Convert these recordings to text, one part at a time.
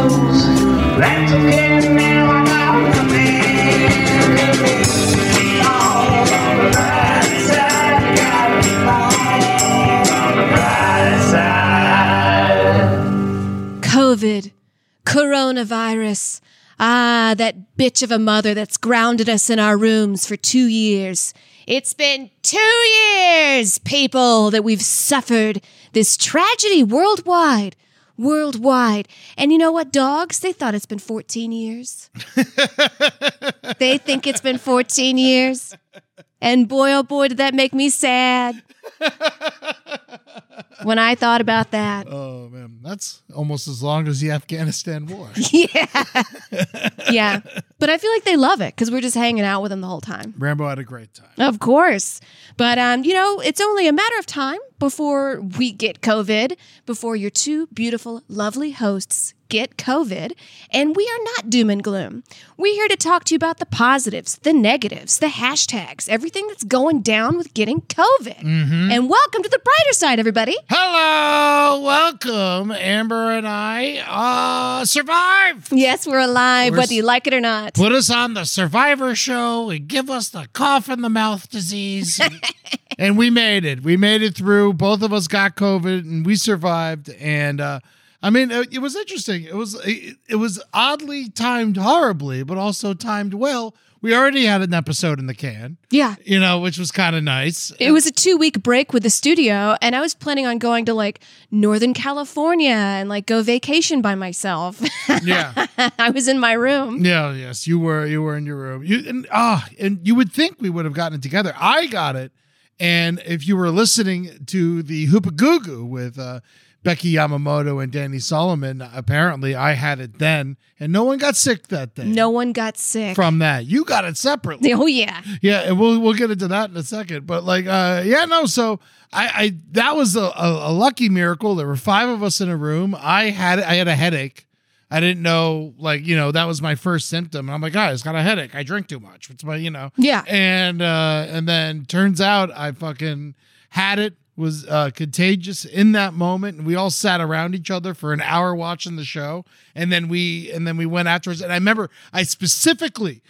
That's okay now, I got the COVID, coronavirus. Ah, that bitch of a mother that's grounded us in our rooms for two years. It's been two years, people, that we've suffered this tragedy worldwide. Worldwide. And you know what, dogs? They thought it's been 14 years. they think it's been 14 years. And boy, oh boy, did that make me sad when I thought about that. Oh man, that's almost as long as the Afghanistan war. Yeah. yeah. But I feel like they love it because we're just hanging out with them the whole time. Rambo had a great time. Of course. But, um, you know, it's only a matter of time before we get COVID, before your two beautiful, lovely hosts get COVID. And we are not doom and gloom. We're here to talk to you about the positives, the negatives, the hashtags, everything that's going down with getting COVID. And welcome to the brighter side, everybody. Hello, welcome. Amber and I uh survived. Yes, we're alive, We're whether you s- like it or not. Put us on the Survivor show and give us the cough in the mouth disease. and we made it. We made it through. Both of us got COVID and we survived and uh I mean, it it was interesting. It was it, it was oddly timed horribly, but also timed well. We already had an episode in the can, Yeah. you know, which was kind of nice. It was a two week break with the studio, and I was planning on going to like Northern California and like go vacation by myself. Yeah. I was in my room. Yeah, yes, you were you were in your room. You and ah, and you would think we would have gotten it together. I got it, and if you were listening to the Hoopagoogoo with uh, Becky Yamamoto and Danny Solomon, apparently I had it then, and no one got sick that day. No one got sick. from that you got it separately. oh, yeah. Yeah, and we'll we'll get into that in a second. But like, uh, yeah, no. So I, I that was a, a, a lucky miracle. There were five of us in a room. I had I had a headache. I didn't know like you know that was my first symptom. And I'm like, guys, got a headache. I drink too much. It's my you know. Yeah. And uh, and then turns out I fucking had it. Was uh, contagious in that moment, and we all sat around each other for an hour watching the show, and then we and then we went afterwards. And I remember I specifically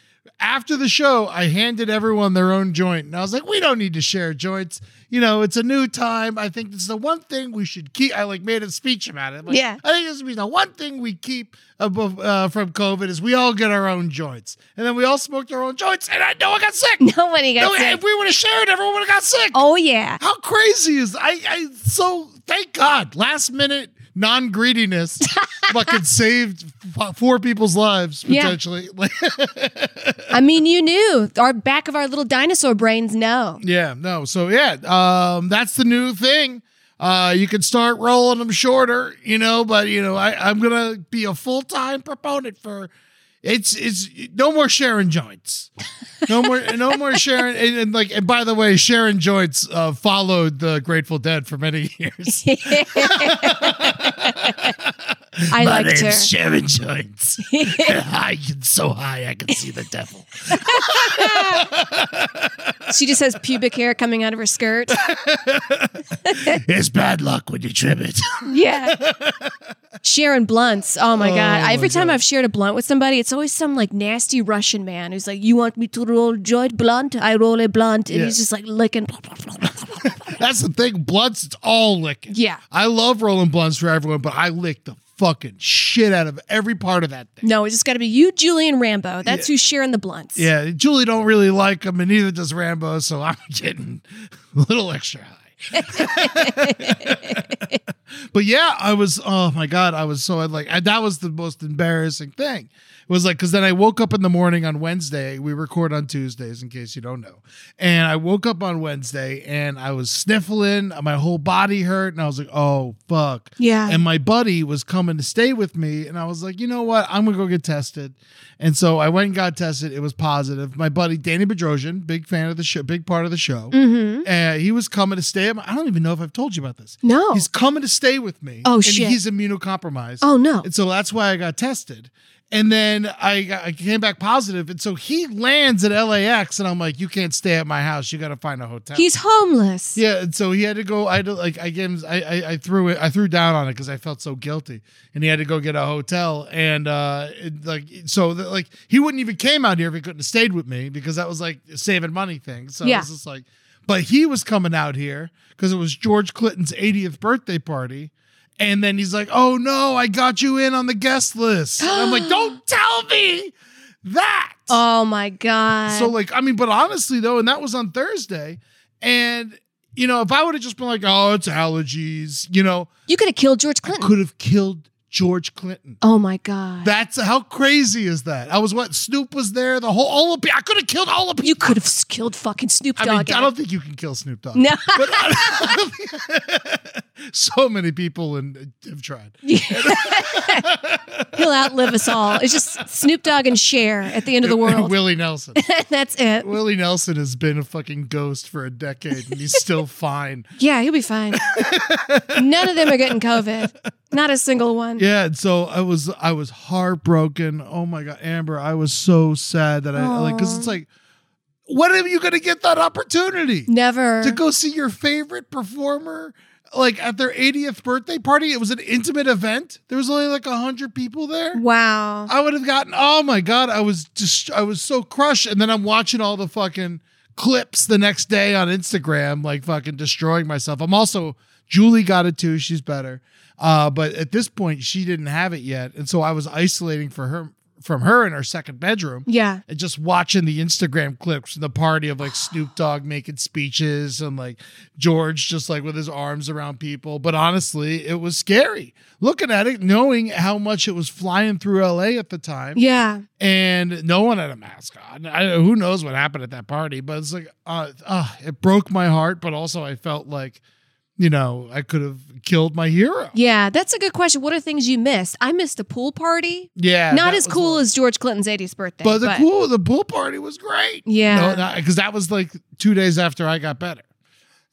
after the show, I handed everyone their own joint. And I was like, we don't need to share joints. You know, it's a new time. I think it's the one thing we should keep. I like made a speech about it. Like, Yeah. I think this would be the one thing we keep above, uh, from COVID is we all get our own joints. And then we all smoked our own joints and I, no one got sick. Nobody got No, sick. If we would have shared, everyone would have got sick. oh, yeah. How crazy is I, I so thank God last minute non greediness fucking saved f- four people's lives Yeah. potentially. I mean, you knew. Our back of our little dinosaur brains know. Yeah, no. So yeah, um, that's the new thing. Uh, you can start rolling them shorter, you know, but you know, I, I'm gonna be a full time proponent for It's it's no more sharing joints. No more no more sharing and, and like and by the way, Sharon joints uh, followed the Grateful Dead for many years. I liked her. Sharon joints. I can so high I can see the devil. She just has pubic hair coming out of her skirt. It's bad luck when you trim it. Yeah. Sharing blunts. Oh my God. Every time I've shared a blunt with somebody, it's always some like nasty Russian man who's like, You want me to roll joint blunt? I roll a blunt. And Yeah. he's just like licking. That's the thing. Blunts, it's all licking. Yeah. I love rolling blunts for everyone, but I lick the fucking shit out of every part of that thing. No, it's just got to be you, Julian Rambo. That's who's sharing the blunts. Yeah, Julie don't really like him, and neither does Rambo, so I'm getting a little extra high. but yeah, I was. Oh my god, I was so like I, that was the most embarrassing thing. It was like because then I woke up in the morning on Wednesday. We record on Tuesdays, in case you don't know. And I woke up on Wednesday, and I was sniffling. My whole body hurt, and I was like, "Oh fuck." Yeah. And my buddy was coming to stay with me, and I was like, you know what? I'm gonna go get tested. And so I went and got tested. It was positive. My buddy Danny Bedrosian, big fan of the show, big part of the show. Mm-hmm. Uh, he was coming to stay. at my- I don't even know if I've told you about this. No. he's coming to stay with me. Oh, and shit. He's immunocompromised. Oh, no. And so that's why I got tested. And then I, got- I came back positive. And so he lands at LAX, and I'm like, you can't stay at my house. You got to find a hotel. He's homeless. Yeah, and so he had to go. I had to, like I gave him. I, I I threw it. I threw down on it because I felt so guilty, and he had to go get a hotel. And uh, it, like so, that, like he wouldn't even came out here if he couldn't have stayed with me because that was like a saving money thing. So Yeah. it was just like, but he was coming out here because it was George Clinton's 80th birthday party. And then he's like, "Oh no, I got you in on the guest list." And I'm like, "Don't tell me that." Oh my God. So like, I mean, but honestly though, and that was on Thursday, and you know, if I would have just been like, oh, it's allergies, you know, you could have killed George I Clinton. could have killed George Clinton. oh my God. That's how crazy is that? I was what Snoop was there. The whole all of pe- I could have killed all of people. you could have s- killed fucking Snoop I Dogg. mean, I and- don't think you can kill Snoop Dogg. No. But I- so many people and have tried. He'll outlive us all. It's just Snoop Dogg and Cher at the end of the world. Willie Nelson. That's it. Willie Nelson has been a fucking ghost for a decade, and he's still fine. Yeah, he'll be fine. None of them are getting COVID. Not a single one. Yeah, and so I was I was heartbroken. Oh my god, Amber, I was so sad that I like because it's like, when are you gonna get that opportunity Never. to go see your favorite performer? Like at their 80th birthday party, it was an intimate event. There was only like hundred people there. Wow. I would have gotten. Oh my god, I was just I was so crushed, and then I'm watching all the fucking clips the next day on Instagram, like fucking destroying myself. I'm also Julie got it too. She's better, uh, but at this point she didn't have it yet, and so I was isolating for her from her in her second bedroom. yeah. And just watching the Instagram clips from the party of like Snoop Dogg making speeches and like George just like with his arms around people. But honestly, it was scary looking at it, knowing how much it was flying through LA at the time. Yeah. And no one had a mask on. I, who knows what happened at that party? But it's like, uh, uh, it broke my heart. But also, I felt like, you know, I could have killed my hero. Yeah. That's a good question. What are things you missed? I missed a pool party. Yeah. Not that as was cool a- as George Clinton's 80th birthday. But the pool, the pool party was great. Yeah. because that was like two days after I got better,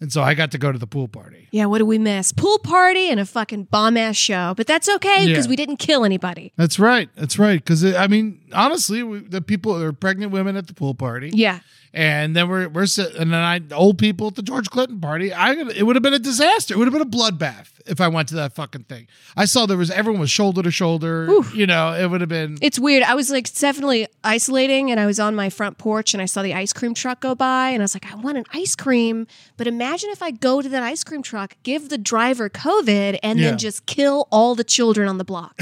and so I got to go to the pool party. Yeah, what did we miss? Pool party and a fucking bomb ass show. But that's okay Yeah. because we didn't kill anybody. That's right. That's right. Because I mean, honestly, we, the people there are pregnant women at the pool party, Yeah. and then we're we're sit- and then I old people at the George Clinton party. I it would have been a disaster. It would have been a bloodbath if I went to that fucking thing. I saw there was everyone was shoulder to shoulder. You know, it would have been It's weird. I was like definitely isolating and I was on my front porch and I saw the ice cream truck go by and I was like, I want an ice cream. But imagine if I go to that ice cream truck, give the driver COVID, and Yeah. then just kill all the children on the block.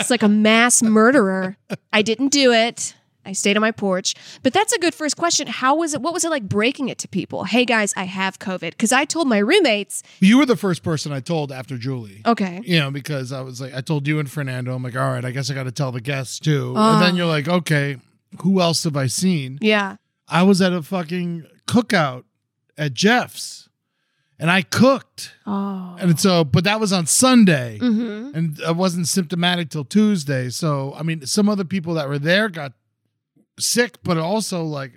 it's like a mass murderer. I didn't do it. I stayed on my porch. But that's a good first question. How was it? What was it like breaking it to people? Hey guys, I have COVID. Because I told my roommates, you were the first person I told after Julie. okay. you know, because I was like, I told you and Fernando, I'm like, all right, I guess I got to tell the guests too. Uh. And then you're like, okay, who else have I seen? Yeah. I was at a fucking cookout at Jeff's and I cooked. Oh. And so, but that was on Sunday, Mm-hmm. and I wasn't symptomatic till Tuesday. So, I mean, some other people that were there got sick, but also like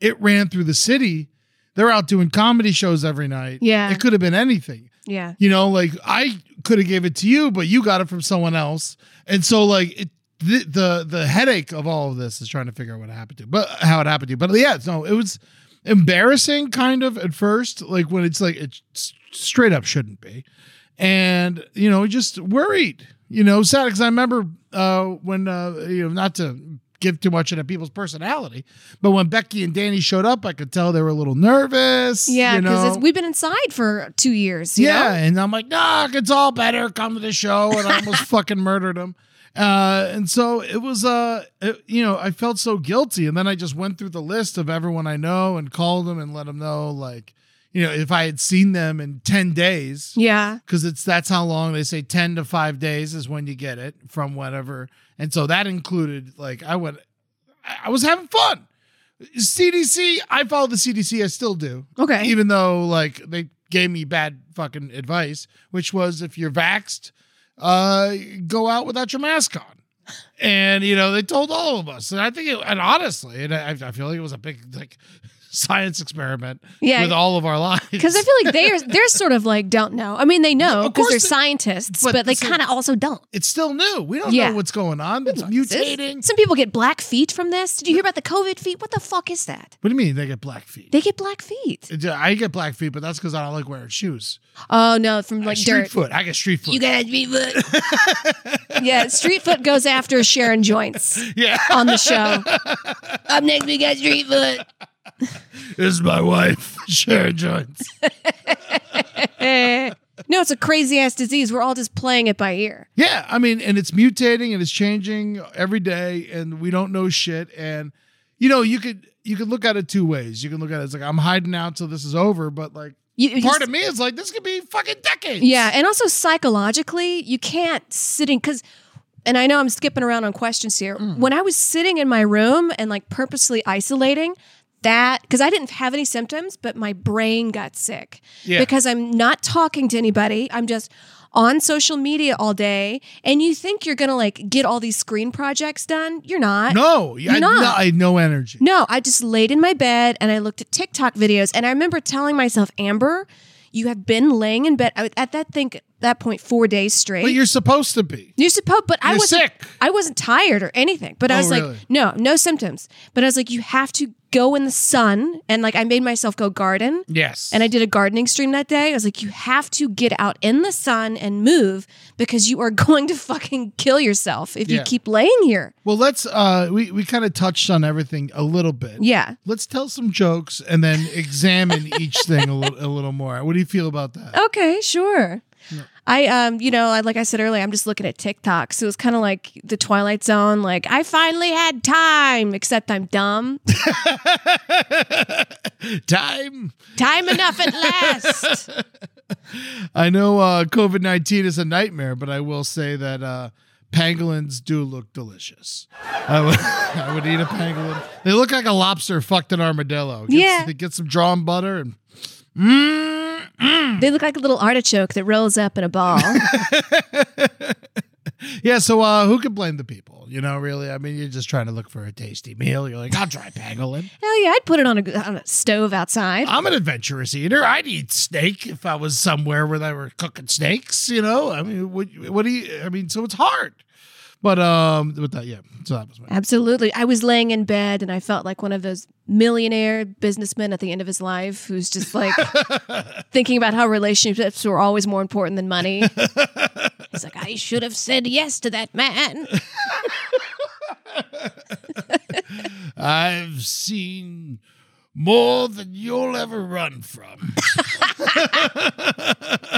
it ran through the city. They're out doing comedy shows every night. Yeah. it could have been anything. Yeah. You know, like I could have gave it to you, but you got it from someone else, and so like it. The, the the headache of all of this is trying to figure out what happened to, but how it happened to. you. But yeah, no, it was embarrassing kind of at first, like when it's like it s- straight up shouldn't be, and you know just worried, you know, sad because I remember uh when uh you know not to give too much into people's personality, but when Becky and Danny showed up, I could tell they were a little nervous. Yeah. you Because know? we've been inside for two years. you yeah, know? and I'm like, nah, it's all better. Come to the show, and I almost fucking murdered him. Uh, and so it was, uh, it- you know, I felt so guilty, and then I just went through the list of everyone I know and called them and let them know, like, you know, if I had seen them in ten days, Yeah. because it's that's how long they say 10 to 5 days is when you get it from whatever and so that included like i went i I was having fun cdc i follow the cdc i still do Okay. even though like they gave me bad fucking advice which was if you're vaxxed uh go out without your mask on and you know they told all of us and i think it, and honestly and I, I feel like it was a big like science experiment Yeah. with all of our lives Because I feel like they're they're sort of like don't know. I mean, they know Of because course they're they- scientists, but, but they so- kind of also don't. it's still new. We don't Yeah. know what's going on. It's This- mutating. Some people get black feet from this. Did you hear about the COVID feet? What the fuck is that? What do you mean they get black feet? They get black feet. It- I get black feet, but that's because I don't like wearing shoes. Oh no, from Like like street dirt. foot. I get street foot. You guys be foot. yeah, street foot goes after Sharon joints. Yeah. on the show. Up next, we got street foot. this is my wife, Sharon Jones. Eh. No, it's a crazy ass disease. We're all just playing it by ear. yeah, I mean, and it's mutating and it's changing every day, and we don't know shit. And you know, you could you could look at it two ways. You can look at it as like I'm hiding out till this is over, but like You, you part just- of me is like this could be fucking decades. Yeah, and also psychologically, you can't sit in because, and I know I'm skipping around on questions here. When I was sitting in my room and like purposely isolating, that because I didn't have any symptoms, but my brain got sick Yeah. because I'm not talking to anybody. I'm just on social media all day, and you think you're gonna like get all these screen projects done. You're not. No, I, no, not. I had no energy. No, I just laid in my bed and I looked at TikTok videos. And I remember telling myself, Amber, you have been laying in bed I was at that think that point four days straight. But you're supposed to be. You're supposed, but I You're wasn't. sick. I wasn't tired or anything. But I Oh, was really? like, no, no symptoms. But I was like, you have to go in the sun, and like I made myself go garden. Yes. And I did a gardening stream that day. I was like, you have to get out in the sun and move because you are going to fucking kill yourself if you Yeah. keep laying here. Well, let's uh we we kind of touched on everything a little bit. Yeah. Let's tell some jokes and then examine each thing a little a little more. What do you feel about that? Okay, sure. I um, you know, I, like I said earlier, I'm just looking at TikTok, so it's kind of like the Twilight Zone. Like I finally had time, except I'm dumb. Oh. Time. time enough at last. I know uh COVID-19 is a nightmare, but I will say that uh pangolins do look delicious. I would, I would eat a pangolin. They look like a lobster fucked an armadillo. Get- Yeah. Get some drawn butter and Mm, mm. They look like a little artichoke that rolls up in a ball. Yeah, so uh, who can blame the people? You know, really? I mean, you're just trying to look for a tasty meal. You're like, I'll try pangolin. Hell yeah, I'd put it on a, on a stove outside. I'm an adventurous eater. I'd eat snake if I was somewhere where they were cooking snakes. You know, I mean, what, what do you? I mean, so it's hard. But um, with that, yeah. So that was my. Absolutely. I was laying in bed and I felt like one of those millionaire businessmen at the end of his life who's just like thinking about how relationships were always more important than money. He's like, I should have said yes to that man. I've seen more than you'll ever run from.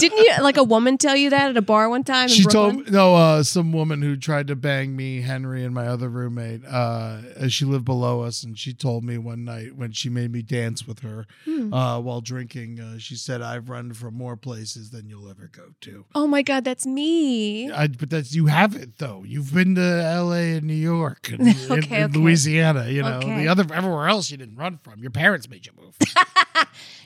Didn't you, like, a woman tell you that at a bar one time? In she Brooklyn? told no uh some woman who tried to bang me henry and my other roommate uh as she lived below us and she told me one night when she made me dance with her Hmm. uh while drinking uh, she said i've run from more places than you'll ever go to Oh my God, that's me. I, but that's you have it though you've been to la and new york and, and- Okay, and okay. louisiana you know Okay. the other everywhere else you didn't run from your parents made you move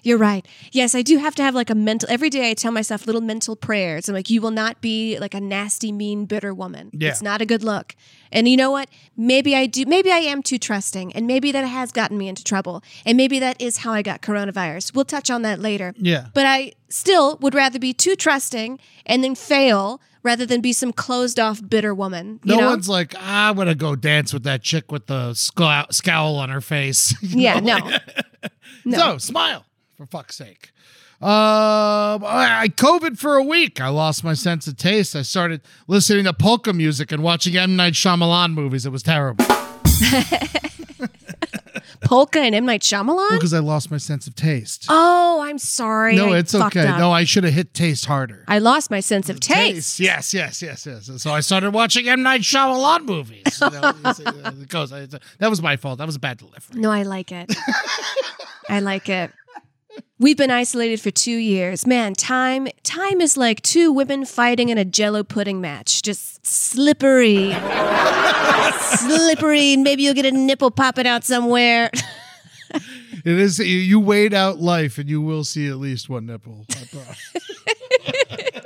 You're right. Yes, I do have to have like a mental. Every day I tell myself little mental prayers. I'm like, you will not be like a nasty, mean, bitter woman. Yeah. It's not a good look. And you know what? Maybe I do. Maybe I am too trusting. And maybe that has gotten me into trouble. And maybe that is how I got coronavirus. We'll touch on that later. Yeah. But I still would rather be too trusting and then fail rather than be some closed off, bitter woman. You no know? one's like, "Ah, I'm gonna go dance with that chick with the scowl, scowl on her face. You Yeah, know? no. So smile for fuck's sake. Um, I I COVID for a week. I lost my sense of taste. I started listening to polka music and watching M Night Shyamalan movies. It was terrible Polka and M. Night Shyamalan? because I lost my sense of taste. oh, I'm sorry. no, I it's fucked okay. up. No, I should have hit taste harder. I lost my sense of taste. Yes, yes, yes, yes. So I started watching M Night Shyamalan movies. You know, uh, it goes- that was my fault. That was a bad delivery. No, I like it. I like it. We've been isolated for two years. Man, time time is like two women fighting in a jello pudding match. Just slippery. slippery. and Maybe you'll get a nipple popping out somewhere. It is. you- You wait out life, and you will see at least one nipple. I promise.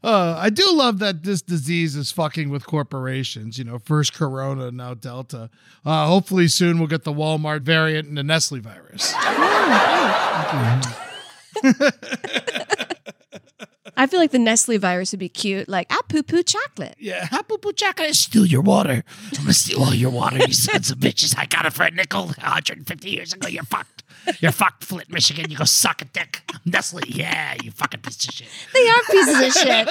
Uh, I do love that this disease is fucking with corporations. You know, first Corona, now Delta. Uh, hopefully, soon we'll get the Walmart variant and the Nestle virus. I feel like the Nestle virus would be cute. Like, I poo poo chocolate. Yeah, Hapu Puchaka, steal your water. I'm gonna steal all your water, you sons of bitches. I got it for a nickel 150 years ago. You're fucked. You're fucked, Flint, Michigan. You go suck a dick. Nestle, yeah, you fucking piece of shit. They are pieces of shit.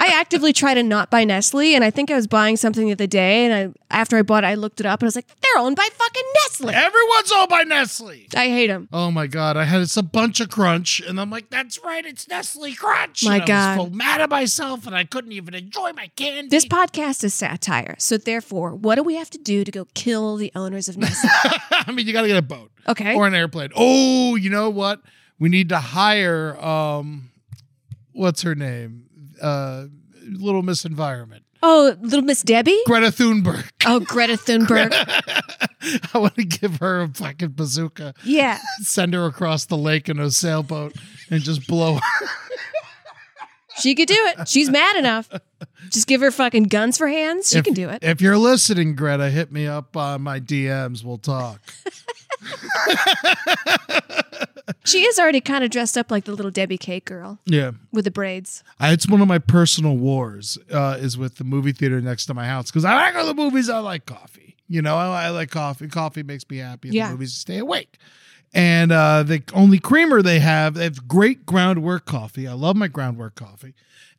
I actively try to not buy Nestle, and I think I was buying something the other day, and I after I bought it, I looked it up, and I was like, they're owned by fucking Nestle. Everyone's all by Nestle. I hate them. Oh my god, I had it's a bunch of crunch, and I'm like, that's right, it's Nestle Crunch. My and I God. was so mad at myself, and I couldn't even enjoy my candy. This podcast is satire, so therefore, what do we have to do to go kill the owners of Nestle? I mean, you gotta get a boat. Okay. Or an airplane. Oh, you know what? We need to hire um what's her name? Uh Little Miss Environment. oh, little Miss Debbie? Greta Thunberg. Oh, Greta Thunberg. I want to give her a fucking bazooka, Yeah. send her across the lake in a sailboat, and just blow her. She could do it. She's mad enough. Just give her fucking guns for hands. She If- can do it. If you're listening, Greta, hit me up on my DMs. We'll talk. She is already kind of dressed up like the little Debbie Cake girl Yeah. with the braids. I- It's one of my personal wars uh, is with the movie theater next to my house because I like all the movies. I like coffee. You know, I, I like coffee. Coffee makes me happy. And Yeah. The movies stay awake. And uh, the only creamer they have, they have great groundwork coffee. I love my groundwork coffee.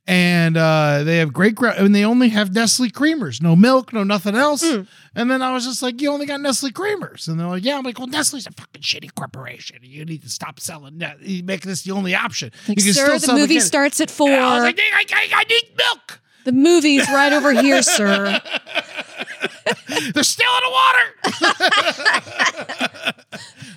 And uh, they have great ground, and they only have Nestle creamers, no milk, no nothing else. Mm. And then I was just like, "You only got Nestle creamers," and they're like, "Yeah." I'm like, "Well, Nestle's a fucking shitty corporation. You need to stop selling. That. You make this the only option." Like, you can sir, still the sell movie can- starts at four. I was like, I, I, I need milk. the movie's right over here, sir. They're still in the water.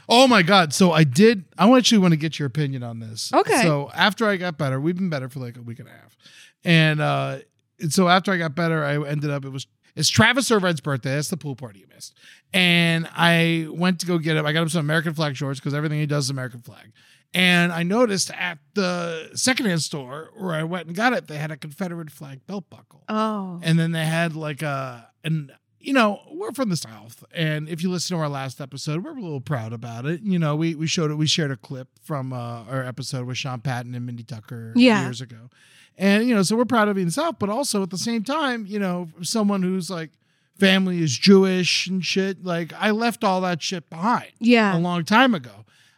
oh my god! So I did. I actually want to get your opinion on this. Okay. So after I got better, we've been better for like a week and a half, and uh, and so after I got better, I ended up. It was it's Travis Irvine's birthday. That's the pool party you missed. And I went to go get him. I got him some American flag shorts because everything he does is American flag. And I noticed at the secondhand store where I went and got it, they had a Confederate flag belt buckle. Oh. And then they had like a and you know, we're from the South. And if you listen to our last episode, we're a little proud about it. You know, we we showed it, we shared a clip from uh, our episode with Sean Patton and Mindy Tucker Yeah. years ago. And you know, so we're proud of being the South, but also at the same time, you know, someone who's like family is Jewish and shit, like I left all that shit behind a Yeah. long time ago.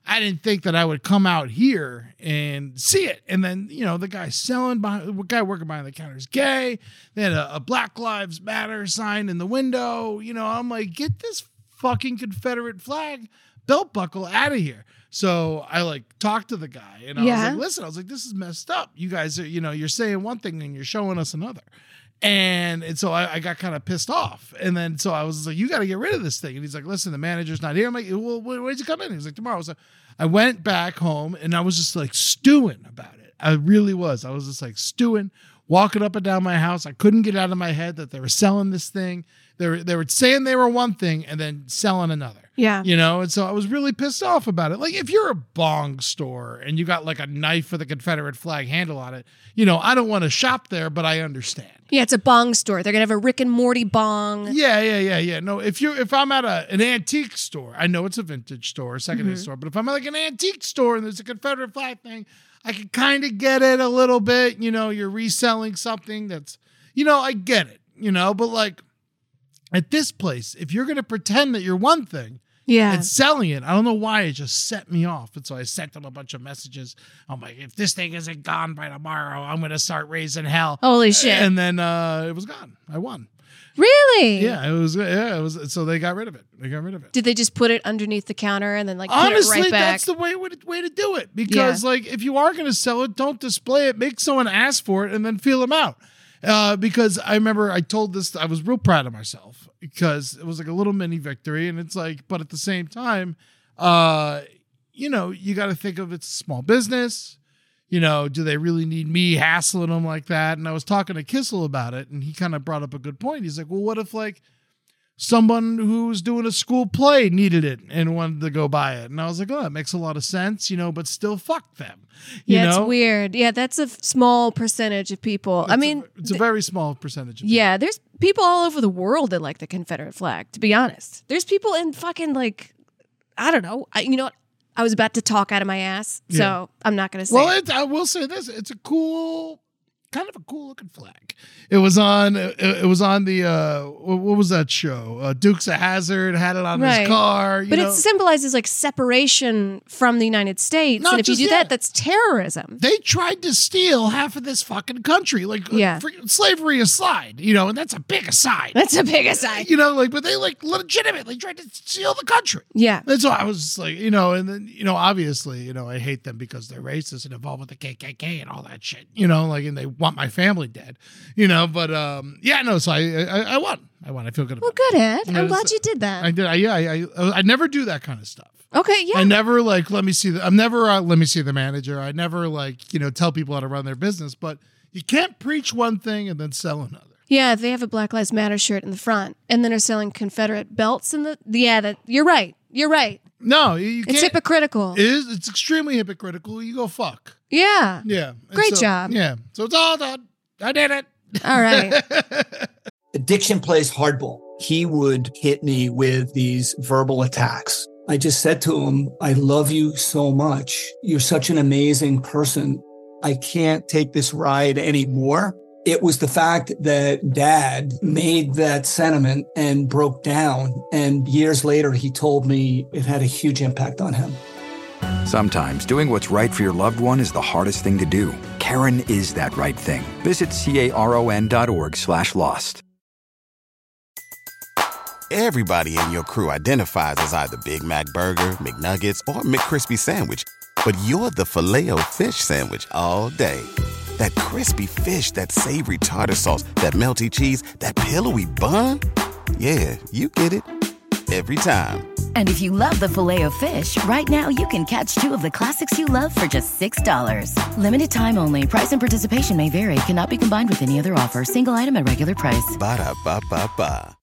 I didn't think that I would come out here and see it. And then, you know, the guy selling behind the guy working behind the counter is gay. They had a, a Black Lives Matter sign in the window. You know, I'm like, get this fucking Confederate flag belt buckle out of here. So I like talked to the guy and I was Yeah. like, listen, I was like, this is messed up. You guys are, you know, you're saying one thing and you're showing us another. And, and so I, I got kind of pissed off. And then so I was like, you got to get rid of this thing. And he's like, listen, the manager's not here. I'm like, well, when, when's he coming? He's like, tomorrow. So I went back home and I was just like stewing about it. I really was. I was just like stewing, walking up and down my house. I couldn't get out of my head that they were selling this thing. They were they were saying they were one thing and then selling another. Yeah. You know, and so I was really pissed off about it. Like if you're a bong store and you got like a knife with a Confederate flag handle on it, you know, I don't want to shop there, but I understand. Yeah, it's a bong store. They're gonna have a Rick and Morty bong. Yeah, yeah, yeah, yeah. No, if you if I'm at a, an antique store, I know it's a vintage store, a secondhand store, but if I'm at like an antique store and there's a Confederate flag thing, I can kind of get it a little bit. You know, you're reselling something that's, you know, I get it. You know, but like at this place, if you're gonna pretend that you're one thing Yeah. and selling it, I don't know why it just set me off. And so I sent them a bunch of messages. I'm like, if this thing isn't gone by tomorrow, I'm gonna start raising hell. Holy shit. And then uh, it was gone. I won. really? Yeah, it was. Yeah, it was. So they got rid of it. They got rid of it. Did they just put it underneath the counter and then like put Honestly, it right back? that's the way way to, way to do it. Because like, if you are going to sell it, don't display it. Make someone ask for it and then feel them out. Uh, because I remember I told this. I was real proud of myself because it was like a little mini victory, and it's like, but at the same time, uh, you know, you got to think of it's a small business. You know, do they really need me hassling them like that? And I was talking to Kissel about it, and he kind of brought up a good point. He's like, well, what if like someone who was doing a school play needed it and wanted to go buy it. And I was like, oh, that makes a lot of sense, you know, but still fuck them. You yeah, know? it's weird. Yeah, that's a f- small percentage of people. I It's a- mean, it's a very small percentage. Of yeah, there's people all over the world that like the Confederate flag, to be honest. There's people in fucking like, I don't know. I, you know what? I was about to talk out of my ass, so Yeah. I'm not going to say. people. Well, it. it, I will say this it's a cool, kind of a cool looking flag. It was on, it, it was on the, uh, wh- what was that show? Uh, Dukes of Hazard had it on Right. his car. You but know? it symbolizes like separation from the United States. Not and if you just do yet. that, that's terrorism. they tried to steal half of this fucking country. Like, Yeah. fr- slavery aside, you know, and that's a big aside. That's a big aside. You know, like, but they like legitimately tried to steal the country. Yeah. That's why I was just like, you know, and then, you know, obviously, you know, I hate them because they're racist and involved with the KKK and all that shit, you know, like, and they want my family dead, you know, but um, yeah, no, so I, I, I won. I won. I feel good about Well, good, Ed. Yeah, I'm glad it's- you did it. I that. did. I, yeah, I, I, I never do that kind of stuff. okay, yeah. I never like let me see the I'm never uh, let me see the manager. I never like, you know, tell people how to run their business, but you can't preach one thing and then sell another. Yeah, they have a Black Lives Matter shirt in the front, and then are selling Confederate belts in the. Yeah, that you're right. You're right. No, you, you It's can't. hypocritical. It is. It's extremely hypocritical. You go fuck. yeah. Yeah. And Great so- job. Yeah. So it's all done. I did it. All right. Addiction plays hardball. He would hit me with these verbal attacks. I just said to him, I love you so much. You're such an amazing person. I can't take this ride anymore. It was the fact that dad made that sentiment and broke down. And years later, he told me it had a huge impact on him. Sometimes doing what's right for your loved one is the hardest thing to do. Karen is that right thing. Visit caron.org slash lost. Everybody in your crew identifies as either Big Mac Burger, McNuggets, or McCrispy Sandwich. But you're the filet fish Sandwich all day. That crispy fish, that savory tartar sauce, that melty cheese, that pillowy bun. Yeah, you get it. Every time. And if you love the filet of fish, right now you can catch two of the classics you love for just $6. Limited time only. Price and participation may vary. Cannot be combined with any other offer. Single item at regular price. Ba-da-ba-ba-ba.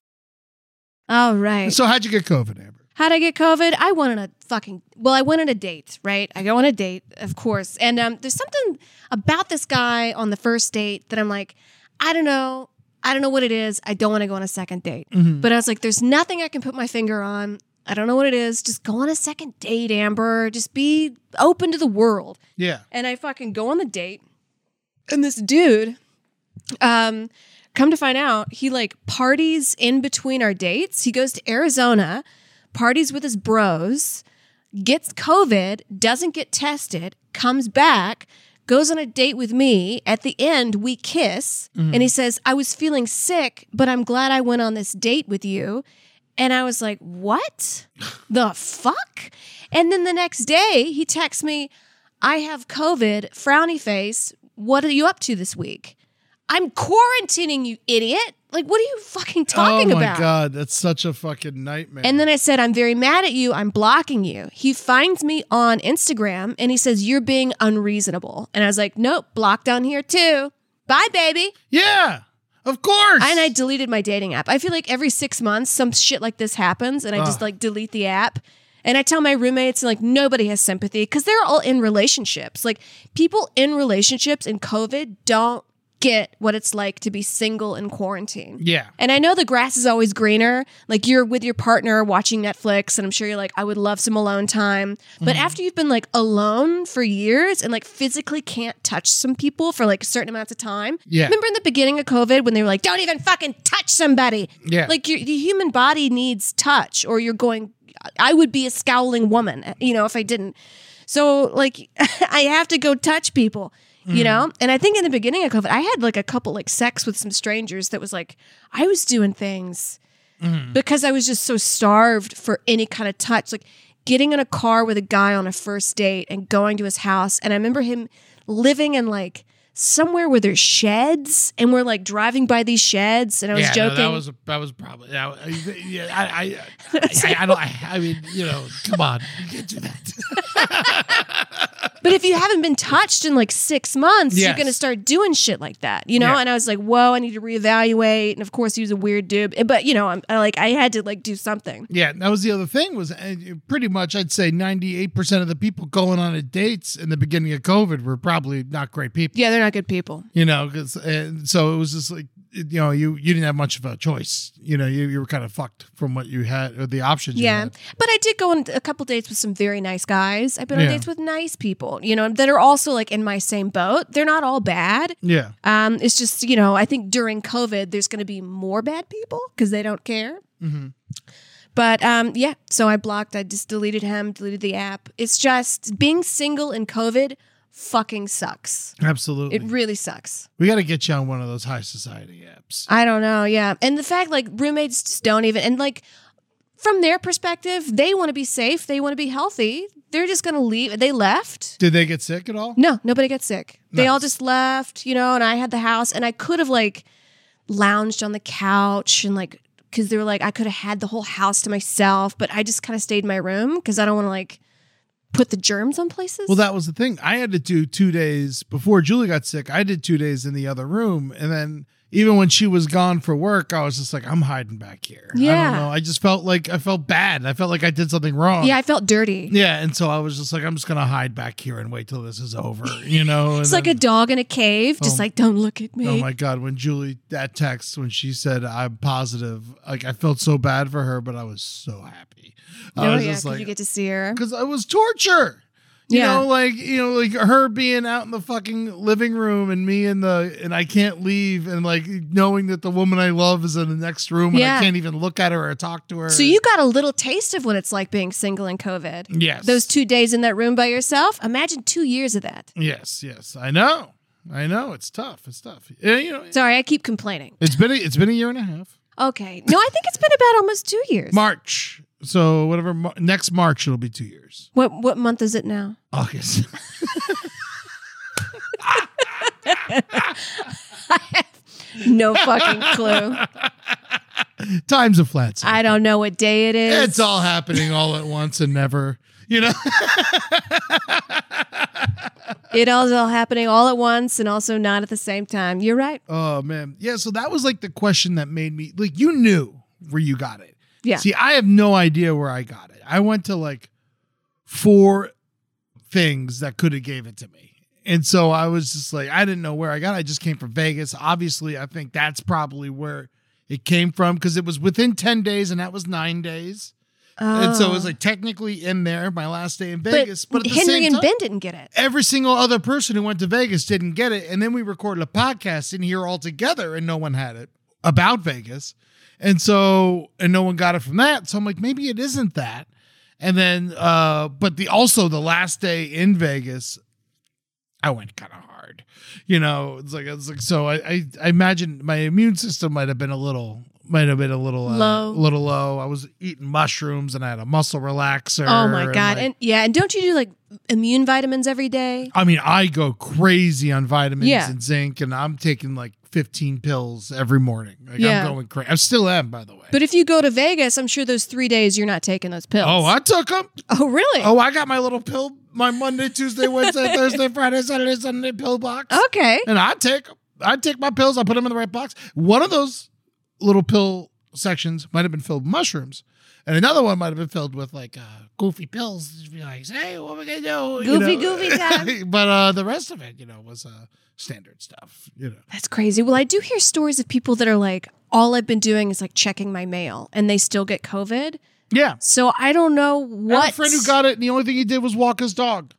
All right. so how'd you get COVID, Amber? How'd I get COVID? I went on a fucking well, I went on a date, right? I go on a date, of course. And um, there's something about this guy on the first date that I'm like, I don't know. I don't know what it is. I don't want to go on a second date. But I was like, there's nothing I can put my finger on. I don't know what it is. Just go on a second date, Amber. Just be open to the world. Yeah. And I fucking go on the date, and this dude, um, come to find out, he like parties in between our dates. He goes to Arizona, parties with his bros, gets COVID, doesn't get tested, comes back, goes on a date with me. At the end, we kiss, and he says, I was feeling sick, but I'm glad I went on this date with you. And I was like, what the fuck? And then the next day, he texts me, I have COVID, frowny face. What are you up to this week? I'm quarantining you, idiot. Like, what are you fucking talking oh my about? god, that's such a fucking nightmare. And then I said, I'm very mad at you. I'm blocking you. He finds me on Instagram and he says, You're being unreasonable. And I was like, Nope, blocked on here too. Bye, baby. Yeah, of course. And I deleted my dating app. I feel like every six months, some shit like this happens, and I just Ugh. like delete the app. And I tell my roommates, and like nobody has sympathy because they're all in relationships. Like people in relationships in COVID don't get what it's like to be single in quarantine. yeah. And I know the grass is always greener. Like you're with your partner watching Netflix, and I'm sure you're like, I would love some alone time. But after you've been like alone for years and like physically can't touch some people for like certain amounts of time. Yeah. Remember in the beginning of COVID when they were like, don't even fucking touch somebody? Yeah. Like your, the human body needs touch, or you're going, I would be a scowling woman, you know, if I didn't. So like I have to go touch people, you know? And I think in the beginning of COVID, I had like a couple like sex with some strangers that was like I was doing things because I was just so starved for any kind of touch. Like getting in a car with a guy on a first date and going to his house and I remember him living in like somewhere where there's sheds and we're like driving by these sheds and I was yeah, joking. No, that was that was probably that was- yeah, I, I, I, I, I don't. I, I mean, you know, come on, you can't do that. But if you haven't been touched in like six months, you're Yes. going to start doing shit like that, you know? Yeah. And I was like, whoa, I need to reevaluate. And of course, he was a weird dude. But, you know, I'm I, like, I had to like do something. Yeah, that was the other thing was uh, you- pretty much I'd say ninety eight percent of the people going on a dates in the beginning of COVID were probably not great people. Yeah, they're not good people. You know, 'cause- and so it was just like you know you you didn't have much of a choice. You know, you, you were kind of fucked from what you had or the options. you Yeah. had. But I did go on a couple dates with some very nice guys. I've been on Yeah. dates with nice people, you know, that are also like in my same boat. They're not all bad. yeah, Um, it's just, you know, I think during COVID, there's going to be more bad people because they don't care. But um, yeah, so I blocked, I just deleted him, deleted the app. It's just being single in COVID fucking sucks. absolutely. It really sucks. we got to get you on one of those high society apps. I don't know. Yeah. And the fact like roommates just don't even, and like from their perspective, they want to be safe, they want to be healthy. They're just going to leave. They left. Did they get sick at all? No, nobody got sick. They all Nice. just left, you know, and I had the house and I could have like lounged on the couch and like cuz they were like I could have had the whole house to myself, but I just kind of stayed in my room cuz I don't want to like put the germs on places. Well, that was the thing. I had to do two days before Julie got sick. I did two days in the other room, and then even when she was gone for work, I was just like, I'm hiding back here. I Yeah. don't know. I just felt like I felt bad. I felt like I did something wrong. yeah, I felt dirty. Yeah, and so I was just like, I'm just gonna hide back here and wait till this is over, you know. It's And like a dog in a cave, just Oh. like don't look at me. then- Oh my god! When Julie that text when she said I'm positive, like I felt so bad for her, but I was so happy. I oh was yeah, just 'cause like, you get to see her. because it was torture. You Yeah. know, like you know, like her being out in the fucking living room and me in the and I can't leave and like knowing that the woman I love is in the next room Yeah. and I can't even look at her or talk to her. So you got a little taste of what it's like being single in COVID. Yes. Those 2 days in that room by yourself, imagine 2 years of that. Yes, yes. I know. I know. It's tough. It's tough. Yeah, you know Sorry, I keep complaining. it's been a it's been a year and a half. Okay. No, I think it's been about almost 2 years. March. So whatever Mar- next March it'll be two years. What what month is it now? August. No fucking clue. Time's a flat circle. I don't know what day it is. It's all happening all at once and never. You know? It all is all happening all at once and also not at the same time. You're right. Oh man, yeah. So that was like the question that made me like you knew where you got it. Yeah. See, I have no idea where I got it. I went to like four things that could have gave it to me, and so I was just like, I didn't know where I got. it. I just came from Vegas. Obviously, I think that's probably where it came from because it was within ten days, and that was nine days, and so it was like technically in there my last day in Vegas. But, at the Oh. Henry same and time- Ben didn't get it. every single other person who went to Vegas didn't get it. And then we recorded a podcast in here all together and no one had it about Vegas. And so, and no one got it from that. So I'm like, maybe it isn't that. And then, uh, but the also the last day in Vegas, I went kind of hard. You know, it's like it's like so. I, I I imagine my immune system might have been a little might have been a little uh, Low. little low. I was eating mushrooms and I had a muscle relaxer. Oh my god. like- and yeah, and don't you do like immune vitamins every day? I mean, I go crazy on vitamins Yeah. and zinc, and I'm taking like 15 pills every morning. Like, Yeah. I'm going crazy. I still am, by the way. But if you go to Vegas, I'm sure those 3 days you're not taking those pills. oh, I took them. Oh, really? Oh, I got my little pill, my Monday, Tuesday, Wednesday, Thursday, Friday, Saturday, Sunday pill box. okay. And I take them. I take my pills, I put them in the right box. One of those little pill sections might have been filled with mushrooms, and another one might have been filled with like uh, goofy pills. Just be like, hey, what we gonna do? You Goofy, know? goofy time. but uh, the rest of it, you know, was uh, standard stuff. You know, That's crazy. Well, I do hear stories of people that are like, all I've been doing is like checking my mail and they still get COVID. yeah. So I don't know I what. have a friend who got it, and the only thing he did was walk his dog.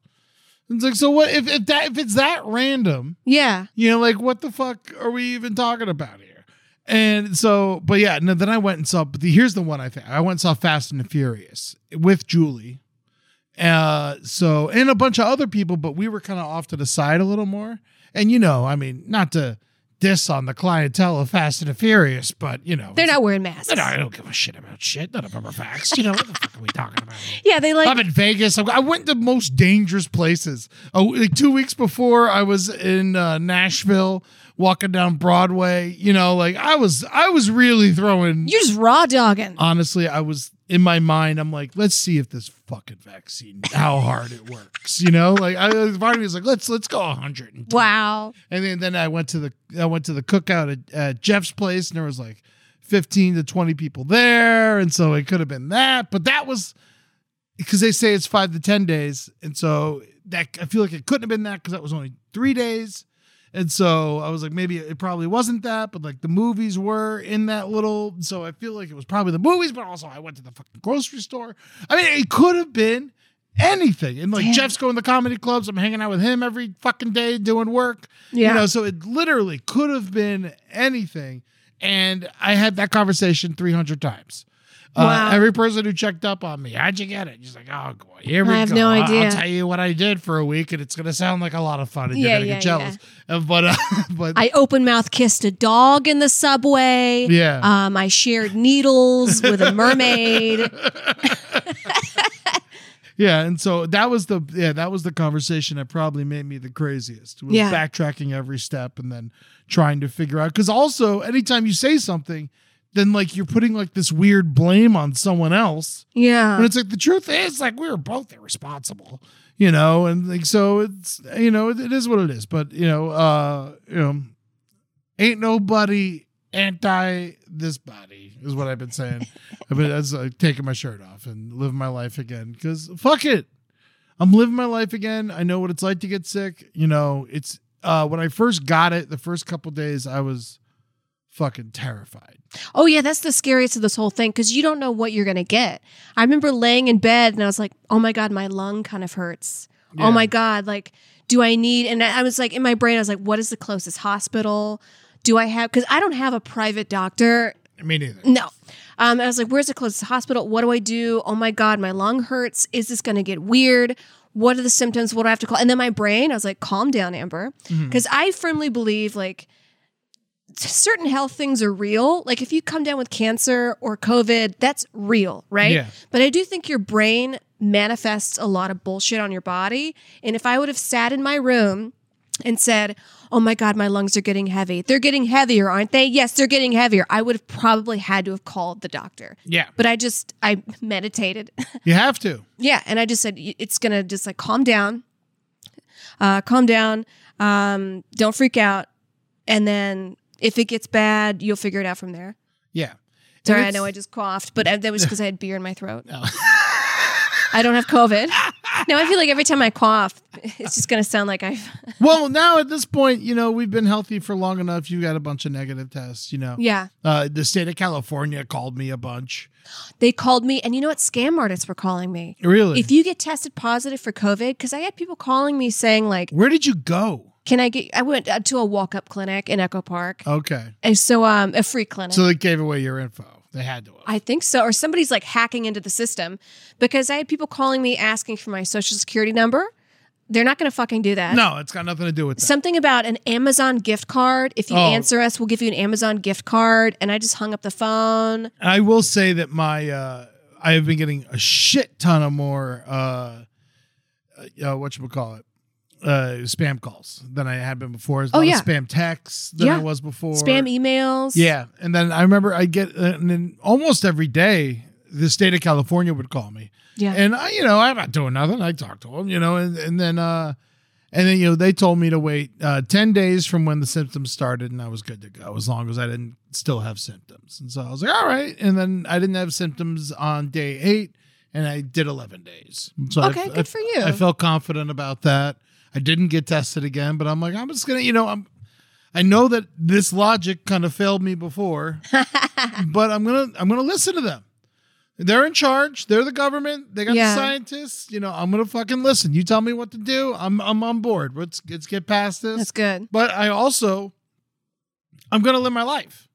It's like, so what if, if that if it's that random? Yeah. You know, like what the fuck are we even talking about here? And so, but yeah, no. Then I went and saw. But the, here's the one I think I went and saw Fast and the Furious with Julie. Uh, so and a bunch of other people, but we were kind of off to the side a little more. And you know, I mean, not to diss on the clientele of Fast and the Furious, but you know, They're not wearing masks. I don't- I don't give a shit about shit. None of them are facts. You know what the fuck are we talking about? here? Yeah, they like. I'm in Vegas. I- I went to most dangerous places. Oh, like two weeks before, I was in uh, Nashville, walking down Broadway. You know, like I was, I was really throwing. You're just raw dogging. Honestly, I was in my mind. I'm like, let's see if this fucking vaccine, how hard it works. You know, like I part of me was like, let's let's go 100 and wow. and then, then I went to the I went to the cookout at, at Jeff's place, and there was like fifteen to twenty people there, and so it could have been that, but that was because they say it's five to ten days, and so that I feel like it couldn't have been that because that was only three days, and so I was like maybe it probably wasn't that, but like the movies were in that little, so I feel like it was probably the movies, but also I went to the fucking grocery store. I mean, it could have been. Anything and like Damn. Jeff's going to comedy clubs. I'm hanging out with him every fucking day doing work. Yeah. You know, so it literally could have been anything. And I had that conversation 300 times. Wow. Uh, every person who checked up on me, how'd you get it? She's like, oh, boy, here we I have go. no I'll- I'll idea." tell you what I did for a week, and it's going to sound like a lot of fun, and Yeah, you're going to get yeah, jealous. Uh, But, uh, but I open mouth kissed a dog in the subway. Yeah. Um, I shared needles with a mermaid. yeah, and so that was the yeah that was the conversation that probably made me the craziest. Was Yeah. backtracking every step and then trying to figure out because also anytime you say something, then like you're putting like this weird blame on someone else. And Yeah. it's like the truth is like we were both irresponsible, you know, and like so it's you know it, it is what it is. But you know, uh, you know, ain't nobody anti this body is what I've been saying. I've been that's like taking my shirt off and living my life again because fuck it, I'm living my life again. I know what it's like to get sick. You know, it's uh when I first got it, the first couple days I was fucking terrified. Oh, yeah. That's the scariest of this whole thing because you don't know what you're going to get. I remember laying in bed and I was like, oh my God, my lung kind of hurts. Yeah. Oh my God. Like, do I need, and I I was like, in my brain, I was like, what is the closest hospital? Do I have, because I don't have a private doctor Me neither. No. Um, I was like, where's the closest hospital? What do I do? Oh my God, my lung hurts. Is this going to get weird? What are the symptoms? What do I have to call? And then my brain, I was like, calm down, Amber. Because I firmly believe like certain health things are real. Like if you come down with cancer or COVID, that's real, right? Yeah. But I do think your brain manifests a lot of bullshit on your body. And if I would have sat in my room and said, Oh my God, my lungs are getting heavy. They're getting heavier, aren't they? Yes, they're getting heavier. I would have probably had to have called the doctor. Yeah, But I just, I meditated. you have to. yeah. And I just said, "Y- It's going to just like calm down, uh, calm down, um, don't freak out. And then if it gets bad, you'll figure it out from there. Yeah. Sorry, I it's- know I just coughed, but I- that was because I had beer in my throat. No. I don't have COVID. Now I feel like every time I cough, it's just going to sound like I've. well, now at this point, you know, we've been healthy for long enough. You got a bunch of negative tests, you know. Yeah. Uh, the state of California called me a bunch. They called me, and you know what? Scam artists were calling me. Really? If you get tested positive for COVID, because I had people calling me saying, like, Where did you go? can I get, I went uh, to a walk up clinic in Echo Park. Okay. And so, um, a free clinic. Oh. So they gave away your info. They had to. have. I think so. Or somebody's like hacking into the system because I had people calling me asking for my social security number. They're not going to fucking do that. no, it's got nothing to do with that. Something about an Amazon gift card. If you Oh. answer us, we'll give you an Amazon gift card. And I just hung up the phone. I will say that my uh, I have been getting a shit ton of more uh, uh what you call it uh spam calls than I had been before. There's a Oh, lot of yeah. spam texts than Yeah. I was before. Spam emails. Yeah, and then I remember I get uh, and then almost every day the state of California would call me, Yeah. and I you know I'm not doing nothing. I talk to them, you know, and and then uh And then, you know, they told me to wait uh, 10 days from when the symptoms started and I was good to go as long as I didn't still have symptoms. And so I was like, all right. And then I didn't have symptoms on day eight and I did 11 days. And So I- Okay, I, good for you. I felt confident about that. I didn't get tested again, but I'm like, I'm just going to, you know, I'm, I know that this logic kind of failed me before, but I'm going to, I'm going to listen to them. They're in charge. They're the government. They got Yeah. the scientists. You know, I'm gonna fucking listen. You tell me what to do. I'm I'm on board. Let's let's get past this. That's good. But I also, I'm gonna live my life.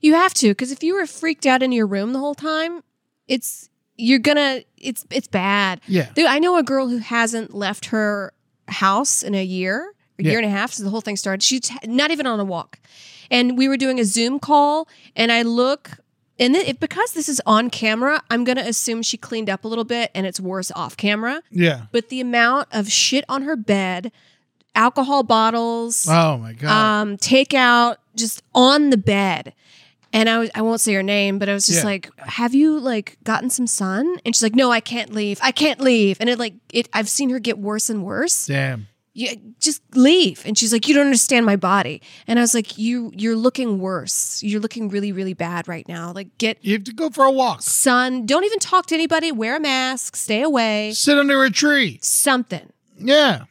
You have to, because if you were freaked out in your room the whole time, it's you're gonna it's it's bad. Yeah. Dude, I know a girl who hasn't left her house in a year, a Yeah. year and a half since the whole thing started. She's ha- not even on a walk. And we were doing a Zoom call, and I look, and it, it- because this is on camera, I'm going to assume she cleaned up a little bit and it's worse off camera. Yeah. But the amount of shit on her bed, alcohol bottles, Oh my god. um, takeout just on the bed. And I, was, I won't say her name, but I was just Yeah. like, "Have you like gotten some sun?" And she's like, "No, I can't leave. I can't leave." And it like it, I've seen her get worse and worse. Damn. You just leave. And she's like, "You don't understand my body." And I was like, "You you're looking worse. You're looking really really bad right now. Like get You have to go for a walk. sun. Don't even talk to anybody. Wear a mask. Stay away. Sit under a tree. Something." Yeah.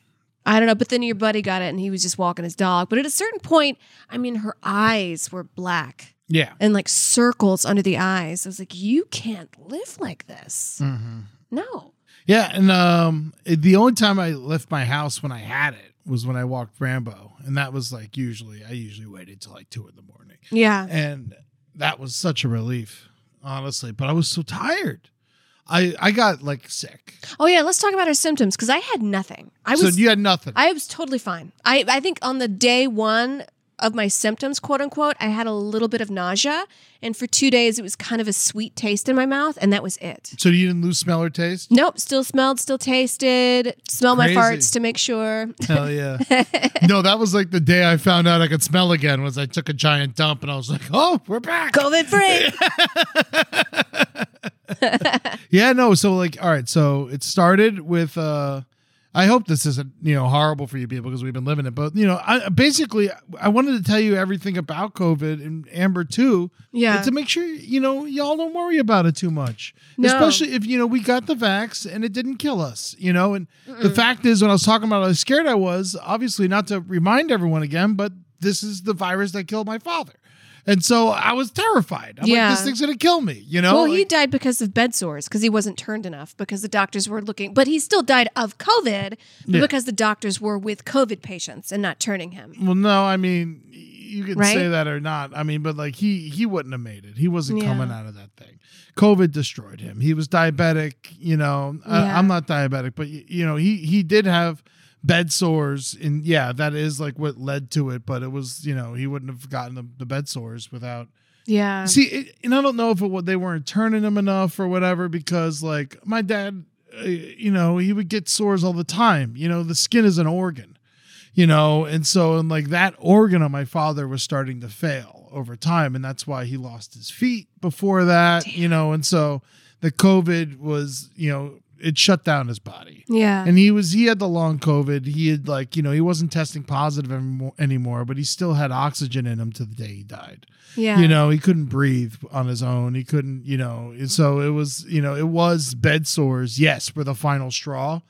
I don't know, but then your buddy got it and he was just walking his dog. But at a certain point, I mean, her eyes were black Yeah. and like circles under the eyes. I was like, you can't live like this. Mm-hmm. No. Yeah. And um, the only time I left my house when I had it was when I walked Rambo, and that was like usually I usually waited till like two in the morning. Yeah. and that was such a relief honestly but i was so tired i i got like sick Oh yeah. Let's talk about her symptoms because I had nothing. I so was you had nothing I was totally fine. I I think on the day one of my symptoms, quote unquote, I had a little bit of nausea, and for two days it was kind of a sweet taste in my mouth, and that was it. so you didn't lose smell or taste Nope, still smelled, still tasted, smell my Crazy. farts to make sure. hell yeah no that was like the day i found out i could smell again was i took a giant dump and i was like oh we're back COVID free. yeah no so like all right so it started with uh I hope this isn't you know horrible for you people because we've been living it, but you know, I, basically, I wanted to tell you everything about COVID and Amber too, Yeah. and to make sure you know y'all don't worry about it too much, No. especially if you know we got the vax and it didn't kill us, you know. And the fact is, when I was talking about how scared I was, obviously not to remind everyone again, but this is the virus that killed my father, and so I was terrified. I'm Yeah. like, this thing's gonna kill me, you know. well, he Like, died because of bed sores because he wasn't turned enough because the doctors were looking, but he still died of COVID Yeah. because the doctors were with COVID patients and not turning him. Well, no, I mean, you can Right? say that or not. I mean, but like he he wouldn't have made it. He wasn't Yeah. coming out of that thing. COVID destroyed him. He was diabetic. You know, I, Yeah. I'm not diabetic, but y- you know, he he did have bed sores, and yeah, that is like what led to it. But it was you know he wouldn't have gotten the, the bed sores without Yeah. See, it, and I don't know if it, wa- they weren't turning him enough or whatever, because like my dad, uh, you know, he would get sores all the time. You know, the skin is an organ, you know, and so and like that organ on my father was starting to fail over time, and that's why he lost his feet before that, you know, and so the COVID was, you know, it shut down his body. yeah. And he was he had the long COVID. He had like you know he wasn't testing positive anymore, anymore but he still had oxygen in him to the day he died yeah. you know he couldn't breathe on his own he couldn't you know and so it was you know it was bed sores yes were the final straw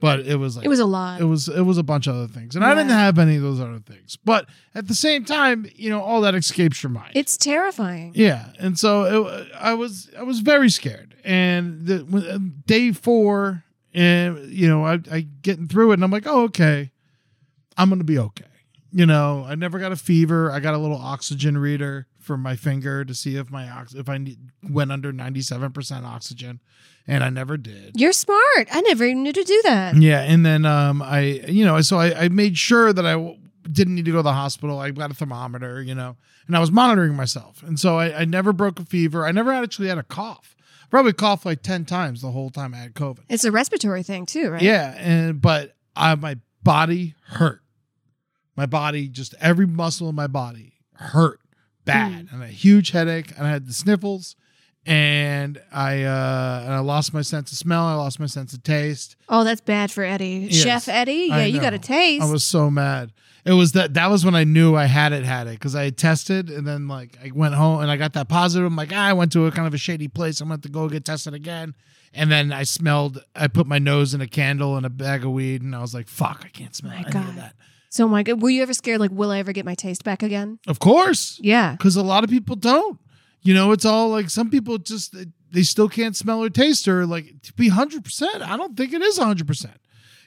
but it was like it was a lot. it was it was a bunch of other things and i didn't Yeah. have any of those other things but at the same time you know all that escapes your mind it's terrifying. yeah, and so it, I was I was very scared. And the, when- uh, day four, and you know, I I getting through it, and I'm like, oh okay, I'm gonna be okay. You know, I never got a fever. I got a little oxygen reader for my finger to see if my ox if I need, went under 97 percent oxygen, and I never did. You're smart. I never even knew to do that. Yeah, and then um, I you know, so I, I made sure that I w- didn't need to go to the hospital. I got a thermometer, you know, and I was monitoring myself, and so I, I never broke a fever. I never actually had a cough. Probably coughed like ten times the whole time I had COVID. It's a respiratory thing too, right? Yeah, and but I my body hurt. My body just every muscle in my body hurt bad, and a huge headache, and I had the sniffles, and I uh, and I lost my sense of smell. I lost my sense of taste. Oh, that's bad for Eddie. Yes. Chef Eddie? I Yeah, you know. got a taste. I was so mad. It was that that was when I knew I had it had it because I had tested and then like I went home and I got that positive. I'm like, ah, I went to a kind of a shady place. I'm going to go get tested again. And then I smelled. I put my nose in a candle and a bag of weed, and I was like, "Fuck, I can't smell My any of God. that." so my God, were you ever scared? Like, will I ever get my taste back again? Of course, Yeah. because a lot of people don't. You know, it's all like some people just they- they still can't smell or taste or like to be hundred percent. I don't think it is hundred percent.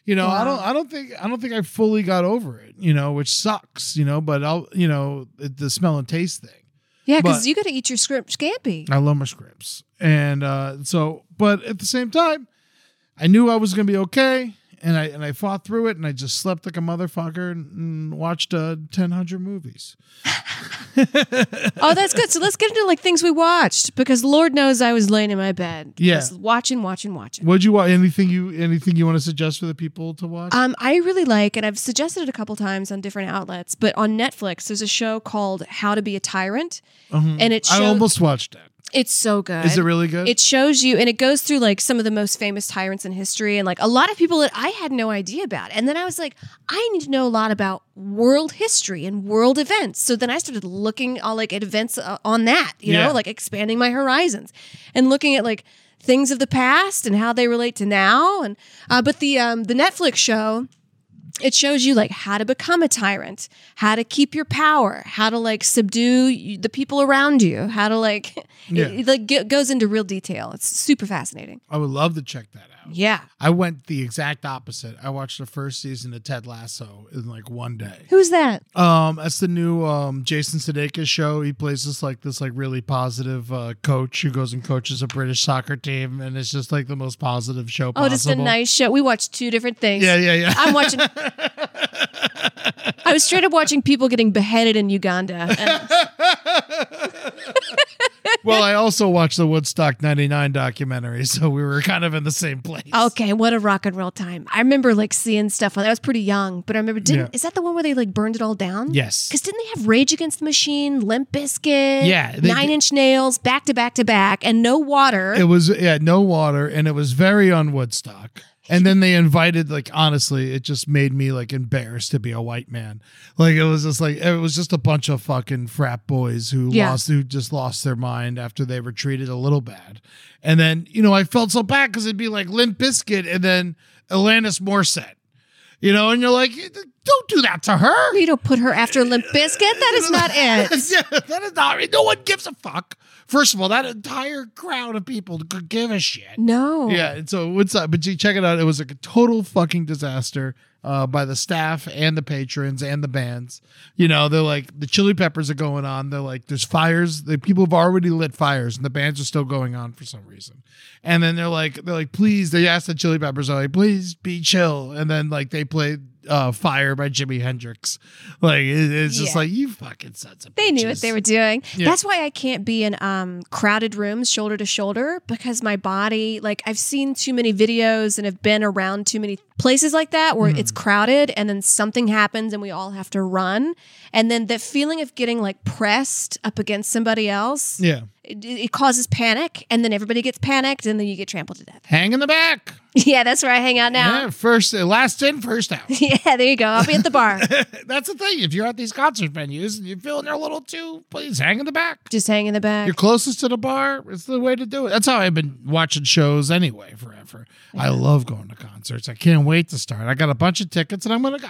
You know, Wow. I don't. I don't think. I don't think I fully got over it. You know, which sucks. You know, but I'll. You know, it- the smell and taste thing. Yeah, because But- you got to eat your scrimp scampi. I love my scripts, and uh, so. But at the same time, I knew I was gonna be okay, and I and I fought through it, and I just slept like a motherfucker and, and watched uh, ten hundred movies. oh, that's good. So let's get into like things we watched because Lord knows I was laying in my bed. Yeah. Just watching, watching, watching. Would you watch anything you anything you want to suggest for the people to watch? Um, I really like, and I've suggested it a couple times on different outlets, but on Netflix, there's a show called How to Be a Tyrant, and it Mm-hmm. I shows- almost watched it. it's so good. Is it really good? It shows you, and it goes through like some of the most famous tyrants in history, and like a lot of people that I had no idea about. And then I was like, I need to know a lot about world history and world events. So then I started looking all like at events uh, on that, you Yeah. know, like expanding my horizons and looking at like things of the past and how they relate to now. And uh, but the um, the Netflix show it shows you like how to become a tyrant, how to keep your power, how to like subdue you- the people around you, how to like it- Yeah. it, like g- goes into real detail. It's super fascinating. I would love to check that out. Yeah. I went the exact opposite. I watched the first season of Ted Lasso in like one day. Who's that? Um, that's the new um Jason Sudeikis show. He plays this like this like really positive uh, coach who goes and coaches a British soccer team, and it's just like the most positive show. Oh, just a possible. nice show. We watched two different things. Yeah, yeah, yeah. I'm watching. I was straight up watching people getting beheaded in Uganda. And well, I also watched the Woodstock '99 documentary, so we were kind of in the same place. okay, what a rock and roll time! I remember like seeing stuff. on I was pretty young, but I remember didn't. Yeah. Is that the one where they like burned it all down? Yes. Because didn't they have Rage Against the Machine, Limp Bizkit, Yeah, they- Nine Inch Nails, back to back to back, and no water? It was yeah, no water, and it was very on Woodstock. And then they invited like honestly, it just made me like embarrassed to be a white man. Like it was just like it was just a bunch of fucking frat boys who Yeah. lost who just lost their mind after they were treated a little bad. And then you know I felt so bad because it'd be like Limp Bizkit and then Alanis Morissette, you know, and you're like, don't do that to her. you don't put her after Limp Bizkit. That is not it. yeah, that is not. No one gives a fuck. First of all, that entire crowd of people could give a shit. No. Yeah, and so what's up? But you check it out. It was like a total fucking disaster uh, by the staff and the patrons and the bands. You know, they're like the Chili Peppers are going on. They're like there's fires. The people have already lit fires, and the bands are still going on for some reason. And then they're like they're like please. They asked the Chili Peppers, are like please be chill. And then like they played uh, Fire by Jimi Hendrix. Like it- it's just Yeah. like you fucking sons of They knew what bitches. they were doing. Yeah. That's why I can't be in um, crowded rooms shoulder to shoulder because my body, like, I've seen too many videos and have been around too many places like that where Mm. it's crowded and then something happens and we all have to run. And then the feeling of getting like pressed up against somebody else, Yeah, it, it causes panic. And then everybody gets panicked and then you get trampled to death. hang in the back. Yeah, that's where I hang out now. Yeah, first last in, first out. Yeah, there you go. I'll be at the bar. That's the thing. If you're at these concert venues and you're feeling a little too, please hang in the back. Just hang in the back. You're closest to the bar. It's the way to do it. That's how I've been watching shows anyway forever. I love going to concerts. I can't wait to start. I got a bunch of tickets and I'm going to go.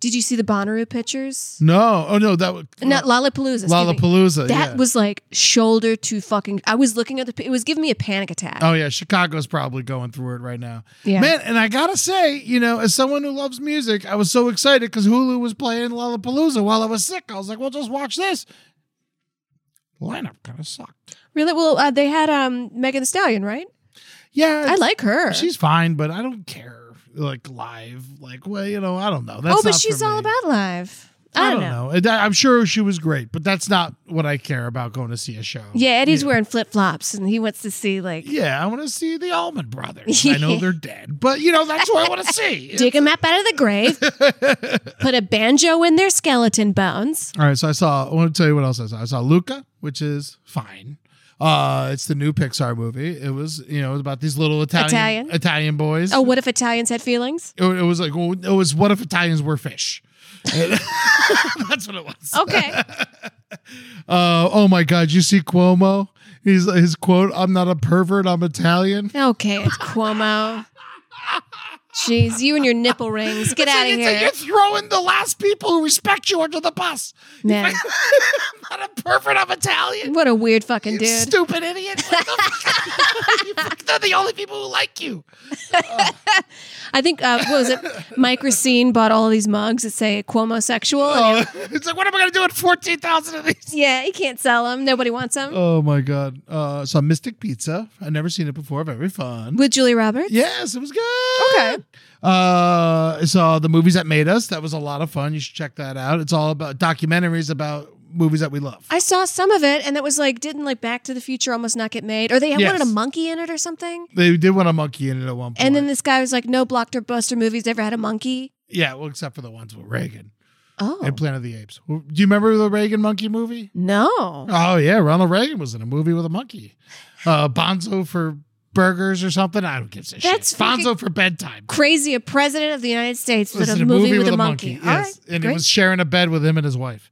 Did you see the Bonnaroo pictures? No. Oh no, that was Not Lollapalooza. excuse me. Lollapalooza. That yeah. was like shoulder to fucking. I was looking at the. pi- It was giving me a panic attack. Oh yeah, Chicago's probably going through it right now. Yeah. Man, and I gotta say, you know, as someone who loves music, I was so excited because Hulu was playing Lollapalooza while I was sick. I was like, well, just watch this. Lineup kind of sucked. Really? Well, uh, they had um Megan the Stallion, right? Yeah, I it's- like her. She's fine, but I don't care. Like live, like well, you know, I don't know. That's oh, but not for she's all me. about live. I, I, don't know. And I- I'm sure she was great, but that's not what I care about going to see a show. Yeah, Eddie's Yeah. wearing flip flops and he wants to see like Yeah, I want to see the Almond Brothers. I know they're dead, but you know that's what I want to see. dig him up out of the grave, put a banjo in their skeleton bones. All right, so I saw. I want to tell you what else I saw. I saw Luca, which is fine. Uh, it's the new Pixar movie. It was, you know, it was about these little Italian Italian? Italian, boys. Oh, what if Italians had feelings? it, it was like well, it was what if Italians were fish? That's what it was. Okay, Uh, oh my God, you see Cuomo? He's his quote: "I'm not a pervert. I'm Italian." okay, it's Cuomo. Jeez, you and your nipple rings, get It's out like- of it's like here, you're throwing the last people who respect you under the bus. man. I'm not a pervert. I'm Italian. What a weird fucking You dude. Stupid idiot. What the fuck? You fuck- They're the only people who like you. I think uh, what was it? Mike Racine bought all these mugs that say Cuomo sexual. Oh, it's like, what am I going to do with 14,000 of these? yeah, he can't sell them. Nobody wants them. Oh, my God. Uh, so, Mystic Pizza. I've never seen it before. Very fun. With Julie Roberts. yes, it was good. Uh, I saw the movies that made us. That was a lot of fun. You should check that out. It's all about documentaries about movies that we love. I saw some of it, and that was like, didn't like Back to the Future almost not get made, or they had Yes. wanted a monkey in it or something. they did want a monkey in it at one point. And then this guy was like, no blockbuster movies ever had a monkey. yeah, well, except for the ones with Reagan Oh and Planet of the Apes. Do you remember the Reagan monkey movie? no, Oh yeah, Ronald Reagan was in a movie with a monkey. Uh, Bonzo for burgers or something. I don't give a shit. That's fucking- Bonzo for bedtime. crazy! A president of the United States did Was a in movie, with, a monkey. All right, and great. it was sharing a bed with him and his wife.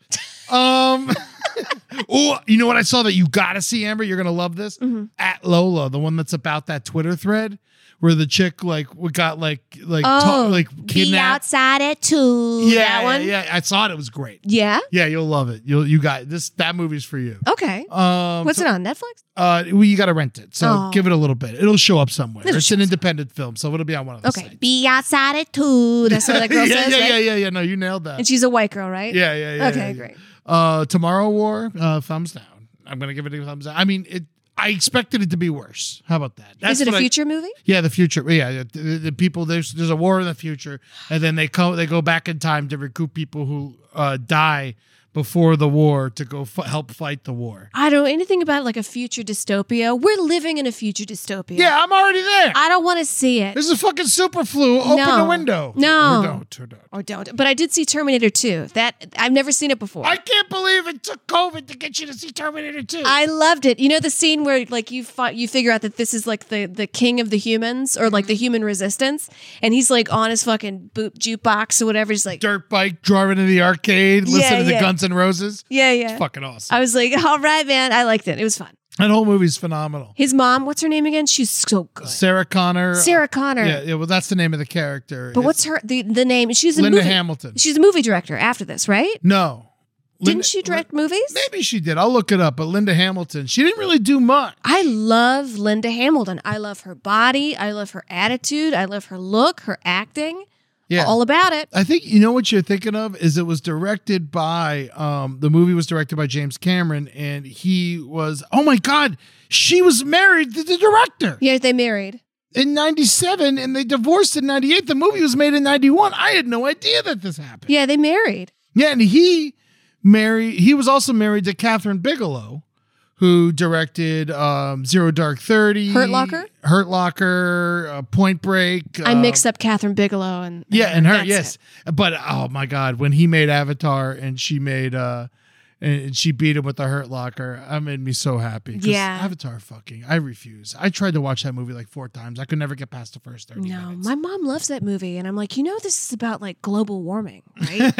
Um. oh, you know what I saw that you gotta see, Amber. You're gonna love this. Mm-hmm. At Lola, the one that's about that Twitter thread where the chick like we got like like ta- oh, like be kidnapped. outside at two. yeah, that yeah, one. yeah, I saw it. It was great. Yeah? Yeah, you'll love it. You'll you got this. That movie's for you. Okay. Um, Oh, What's so- it on Netflix? Uh, well, you got to rent it, so Oh. give it a little bit. It'll show up somewhere. It'll it's show an independent film, so it'll be on one of the Okay. sites. Be outside at two. That's what that girl yeah, says. yeah, right? yeah, yeah, yeah. No, you nailed that. And she's a white girl, right? yeah, yeah, yeah. Okay, yeah, yeah. great. Uh, Tomorrow War, uh, thumbs down. I'm gonna give it a thumbs down. I mean, it. I expected it to be worse. How about that? Is it what a I- future movie? yeah, the future. Yeah, the, the, the people. There's there's a war in the future, and then they come. They go back in time to recruit people who uh, die before the war to go f- help fight the war. I don't know anything about like a future dystopia. We're living in a future dystopia. Yeah, I'm already there. I don't want to see it. This is fucking super flu. Open No. the window. No. Or don't. Or don't. or don't. But I did see Terminator 2. That I've never seen it before. I can't believe it took COVID to get you to see Terminator 2. I loved it. You know the scene where like you fi- you figure out that this is like the the king of the humans or like the Mm-hmm. human resistance, and he's like on his fucking boop jukebox or whatever. He's like, Dirt bike driving to the arcade, Yeah, listening yeah. to Guns N' Roses. yeah, yeah. It's fucking awesome. I was like, all right, man. I liked it. It was fun. that whole movie's phenomenal. His mom, what's her name again? She's so good. Sarah Connor. uh, Sarah Connor. Yeah, yeah, well, that's the name of the character. But what's her the the name? She's a Linda movie. Hamilton. She's a movie director after this, right? No. Linda- Didn't she direct movies? Maybe she did. I'll look it up. But Linda Hamilton, she didn't really do much. I love Linda Hamilton. I love her body. I love her attitude. I love her look, her acting. Yeah. All about it. I think you know what you're thinking of is it was directed by um the movie was directed by James Cameron and he was oh my god she was married to the director Yeah, they married. in 97 and they divorced in 98 the movie was made in 91 I had no idea that this happened Yeah, they married. yeah and he married he was also married to Catherine Bigelow who directed um Zero Dark 30 Hurt Locker? Hurt Locker uh, Point Break I uh, mixed up Catherine Bigelow and yeah, and her, that's yes. But oh my god, when he made Avatar and she made uh and she beat him with the Hurt Locker. That made me so happy. 'cause Yeah. Avatar fucking. I refuse. I tried to watch that movie like four times. I could never get past the first thirty No, minutes. my mom loves that movie, and I'm like, you know, this is about like global warming, right?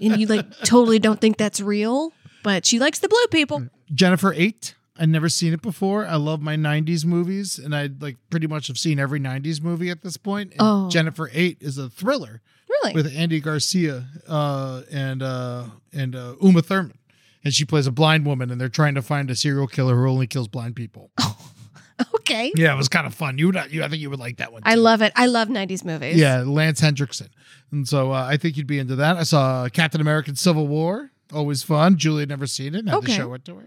and you like totally don't think that's real, but she likes the blue Mm. people. Jennifer Eight. I'd never seen it before. I love my '90s movies, and I like pretty much have seen every '90s movie at this point. And Oh. Jennifer Eight is a thriller Really? with Andy Garcia uh, and uh, and uh, Uma Thurman, and she plays a blind woman, and they're trying to find a serial killer who only kills blind people. Oh. okay. yeah, it was kind of fun. You, would, you, I think you would like that one. I too. love it. I love 90s movies. Yeah, Lance Hendrickson, and so uh, I think you'd be into that. I saw Captain American: Civil War. Always fun. Julie had never seen it. Had Okay. to show it to her.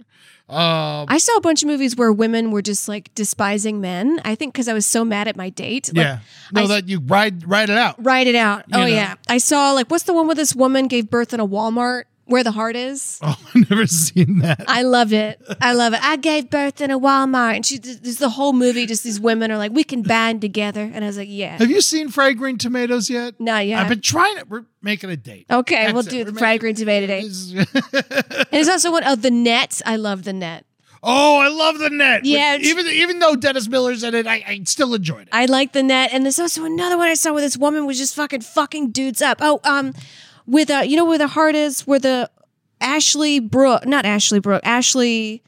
Um, I saw a bunch of movies where women were just like despising men. I think because I was so mad at my date. Like, yeah. No, I- that you ride ride it out. Write it out. You oh, know. yeah. I saw like, what's the one where this woman gave birth in a Walmart? Where the heart is. Oh, I've never seen that. I loved it. I love it. I gave birth in a Walmart, and she. There's the whole movie. Just these women are like, we can band together, and I was like, yeah. Have you seen Fried Green Tomatoes yet? Not yet. I've been trying it. We're making a date. Okay, That's we'll it. do the We're fried making- green tomato day. And This- there's also one of the net. I love the net. oh, I love the net. Yeah, With- it's- even even though Dennis Miller's in it, I, I still enjoyed it. I like the net. And there's also another one I saw where this woman was just fucking fucking dudes up. Oh, um, with uh, you know where the heart is, where the Ashley Brooke, not Ashley Brooke, Ashley,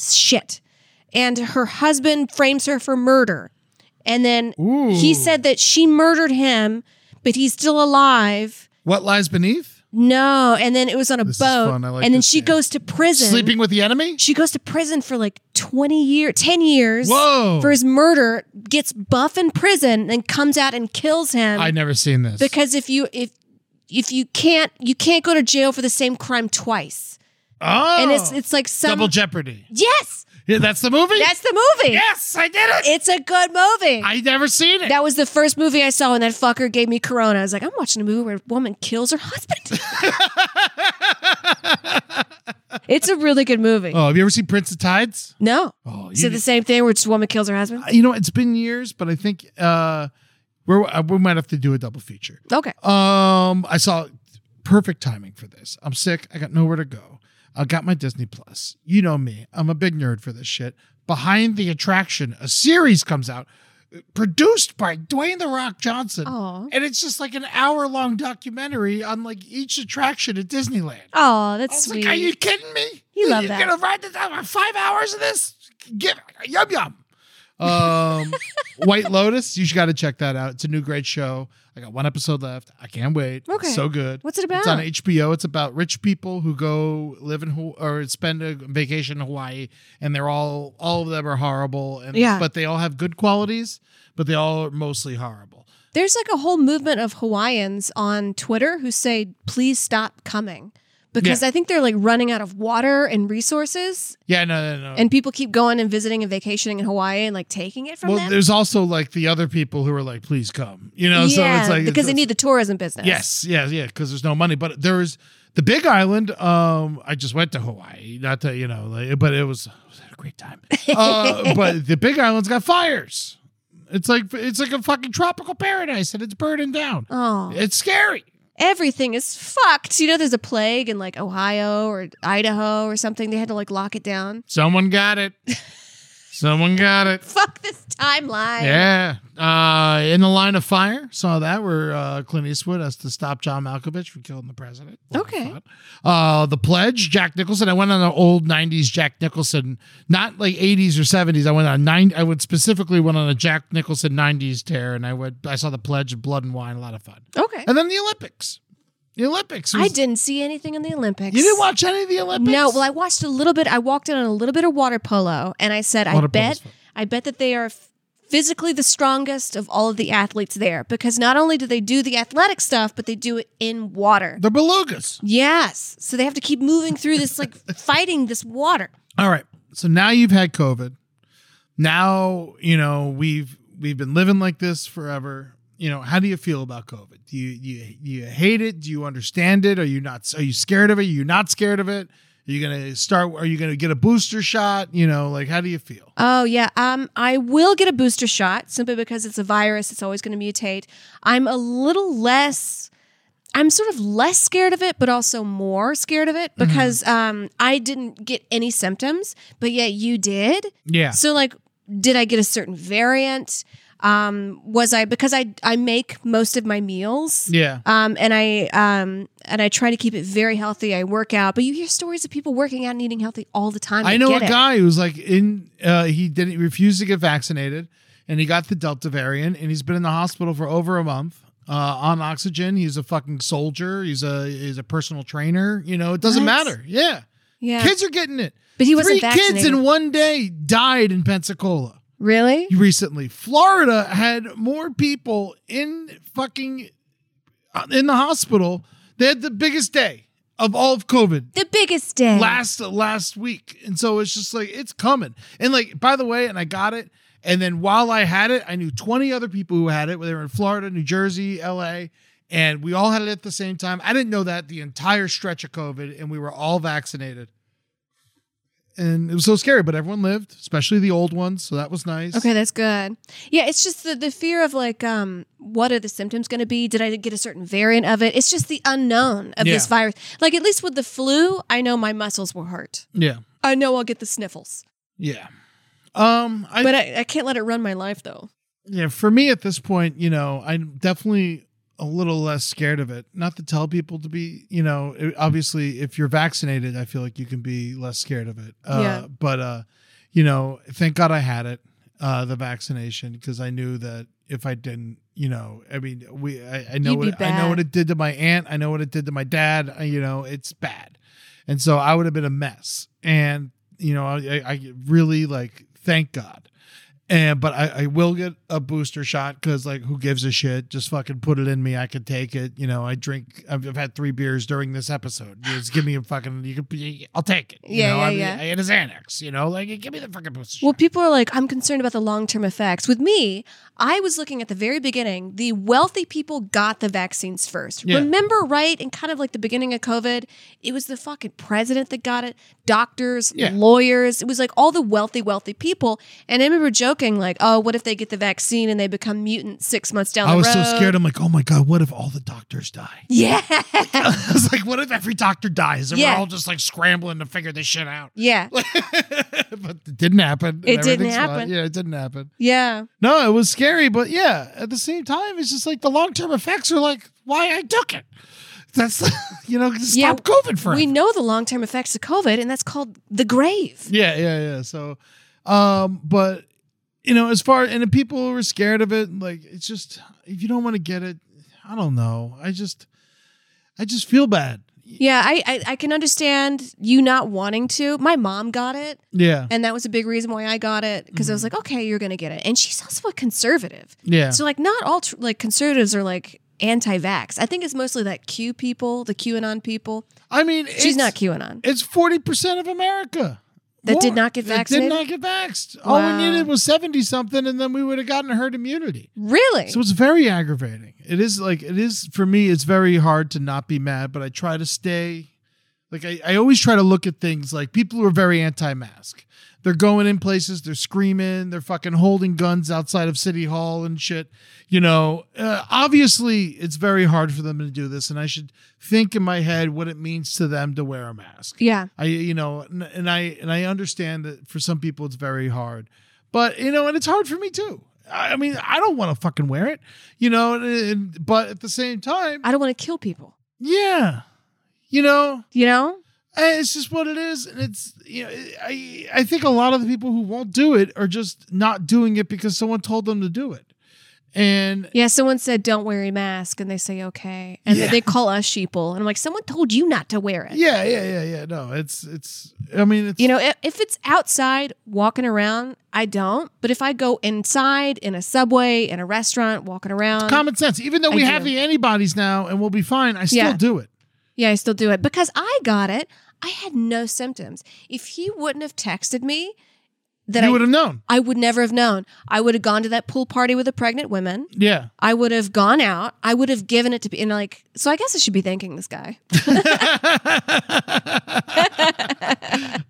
shit, and her husband frames her for murder, and then he said that she murdered him, but he's still alive. What lies beneath? No, and then it was on a This is boat, fun. I like and then this she game. goes to prison. Sleeping with the enemy. She goes to prison for like 20 years, 10 years Whoa. for his murder, gets buff in prison, then comes out and kills him. I never seen this. Um, Because if you if if you can't you can't go to jail for the same crime twice. oh, And it's it's like some double jeopardy. Yes. Yeah, that's the movie. That's the movie. yes, I did it. It's a good movie. I never seen it. that was the first movie I saw when that fucker gave me corona. I was like, I'm watching a movie where a woman kills her husband. it's a really good movie. oh, have you ever seen Prince of Tides? No. Oh, you Is it the same thing where just a woman kills her husband? you know it's been years but i think uh we're, uh, we might have to do a double feature Okay. um i saw perfect timing for this i'm sick i got nowhere to go i got my disney plus you know me i'm a big nerd for this shit behind the attraction a series comes out uh, produced by dwayne the rock johnson Aw. and it's just like an hour long documentary on like each attraction at disneyland Oh, I that's was sweet. like, are you kidding me? You love You're that. gonna ride this out five hours of this? Give yum yum. Um, White Lotus, you got to check that out. It's a new great show. I got one episode left. I can't wait. It's Okay. so good. What's it It's on about? HBO. It's about rich people who go live in Haw- or spend a vacation in Hawaii, and they're all all of them are horrible. And Yeah. but they all have good qualities, but they all are mostly horrible. There's like a whole movement of Hawaiians on Twitter who say, please stop coming. Because Yeah. I think they're like running out of water and resources, Yeah, no, no, no. and people keep going and visiting and vacationing in Hawaii and like taking it from well, them. there's also like the other people who are like, please come. You know, so it's like because it's, they need the tourism business. Yes, yeah, yeah, because there's no money. But there's the Big Island. Um, I just went to Hawaii, not to you know, like, but it was, it was a great time. Uh, but the Big Island's got fires. It's like it's like a fucking tropical paradise, and it's burning down. Oh, It's scary. everything is fucked. You know, there's a plague in like Ohio or Idaho or something. They had to like lock it down. Someone got it. Someone got it. Fuck this timeline. Yeah. Uh, in the line of fire, saw that where uh, Clint Eastwood has to stop John Malkovich from killing the president. Okay. Uh, the Pledge, Jack Nicholson. I went on an old '90s Jack Nicholson, not like '80s or '70s. I went on nine. I would specifically went on a Jack Nicholson '90s tear, and I went. I saw the Pledge, Blood and Wine, a lot of fun. Okay. And then the Olympics. The Olympics. I was- didn't see anything in the Olympics. You didn't watch any of the Olympics? No, well, I watched a little bit. I walked in on a little bit of water polo, and I said, I Water bet, polo's fun. I bet that they are f- physically the strongest of all of the athletes there because not only do they do the athletic stuff, but they do it in water. the belugas. yes, so they have to keep moving through this, like fighting this water. All right. So now you've had COVID. Now, you know, we've we've been living like this forever. You know, how do you feel about COVID? Do you you you hate it? Do you understand it? Are you not are you scared of it? Are you not scared of it? Are you gonna start are you gonna get a booster shot? You know, like how do you feel? Oh yeah, um, I will get a booster shot simply because it's a virus. It's always going to mutate. I'm a little less. I'm sort of less scared of it, but also more scared of it Mm-hmm. because um, I didn't get any symptoms, but yet you did. Yeah. So like, did I get a certain variant? Um, was I because I I make most of my meals. Yeah. Um, and I um, and I try to keep it very healthy. I work out, but you hear stories of people working out and eating healthy all the time. I know a get it. guy who's like in. Uh, he didn't he refused to get vaccinated, and he got the Delta variant, and he's been in the hospital for over a month uh, on oxygen. He's a fucking soldier. He's a he's a personal trainer. You know, it doesn't What? matter. Yeah. Yeah. kids are getting it. But he wasn't Three kids vaccinated. in one day died in Pensacola really? recently. Florida had more people in fucking uh, in the hospital. They had the biggest day of all of COVID The biggest day. last last week and so it's just like it's coming and like by the way and i got it and then while i had it i knew 20 other people who had it whether they were in florida new jersey la and we all had it at the same time i didn't know that the entire stretch of covid and we were all vaccinated and it was so scary but everyone lived especially the old ones so that was nice Okay, that's good. Yeah, it's just the, the fear of like, um, what are the symptoms going to be? Did I get a certain variant of it? It's just the unknown of this Yeah. virus. Like, at least with the flu, I know my muscles will hurt. yeah I know I'll get the sniffles, yeah um i but I, I can't let it run my life though. Yeah, for me at this point, you know, I'm definitely a little less scared of it. Not to tell people to be, you know, i- obviously if you're vaccinated, I feel like you can be less scared of it. Uh, Yeah. But, uh, you know, thank God I had it, uh, the vaccination, because I knew that if I didn't, you know, I mean, we, I, I know You'd be what I know what bad. it did to my aunt. I know what it did to my dad. I, you know, it's bad, and so I would have been a mess. And you know, I, I I really like thank God and but I, I will get a booster shot because like who gives a shit? Just fucking put it in me. I can take it. You know, I drink. I've, I've had three beers during this episode. Just give me a fucking. You can. I'll take it. you Yeah, know? yeah, I mean, yeah. It is Xanax. You know, like give me the fucking booster. Well, shot. people are like, I'm concerned about the long term effects. With me, I was looking at the very beginning, the wealthy people got the vaccines first. Yeah. Remember, right? And kind of like the beginning of COVID, it was the fucking president that got it, doctors, Yeah. lawyers. It was like all the wealthy, wealthy people. And I remember joking, like, oh, what if they get the vaccine and they become mutant six months down I the was road? so scared. I'm like, oh my god, what if all the doctors die? Yeah. I was like, what if every doctor dies and Yeah. we're all just like scrambling to figure this shit out? yeah. but it didn't happen. It didn't Everything's fine. happen. Yeah, it didn't happen. Yeah. No, it was scary, but yeah, at the same time, it's just like the long term effects are like why I took it. That's you know, stop Yeah, COVID for We know the long term effects of COVID, and that's called the grave. Yeah, yeah, yeah. So, um, but you know, as far and the people who are scared of it, like it's just if you don't want to get it, I don't know. I just, I just feel bad. Yeah, I, I I can understand you not wanting to. My mom got it, Yeah, and that was a big reason why I got it because I was like, okay, you're gonna get it. And she's also a conservative, Mm-hmm. yeah, so like not all tr- like conservatives are like anti-vax. I think it's mostly that Q people, the QAnon people. I mean, She's it's- not QAnon. It's forty percent of America That did More. not get That vaccinated? did not get vaxxed. All Wow. we needed was seventy something, and then we would have gotten herd immunity. Really? So it's very aggravating. It is like it is for me. It's very hard to not be mad, but I try to stay. Like I, I always try to look at things like people who are very anti-mask. They're going in places. They're screaming. They're fucking holding guns outside of city hall and shit. You know, uh, obviously it's very hard for them to do this, and I should think in my head what it means to them to wear a mask. yeah. I you know n- and I and I understand that for some people it's very hard. But you know and it's hard for me too. I I mean, I don't want to fucking wear it, you know, and, and- but at the same time, I don't want to kill people. yeah. You know, You know? eh, it's just what it is and it's you know, I I think a lot of the people who won't do it are just not doing it because someone told them to do it. And Yeah. Someone said don't wear a mask, and they say okay, and then Yeah. they call us sheeple, and I'm like, someone told you not to wear it. yeah, yeah, yeah, yeah, no, it's it's I mean, it's You know, if, if it's outside walking around, I don't. But if I go inside in a subway, in a restaurant, walking around, common sense. Even though we um, I have do. the antibodies now and we'll be fine, I still Yeah. do it. yeah, I still do it because I got it. I had no symptoms. If he wouldn't have texted me, that you I, would have known. I would never have known. I would have gone to that pool party with the pregnant women. Yeah. I would have gone out. I would have given it to be and like. So I guess I should be thanking this guy.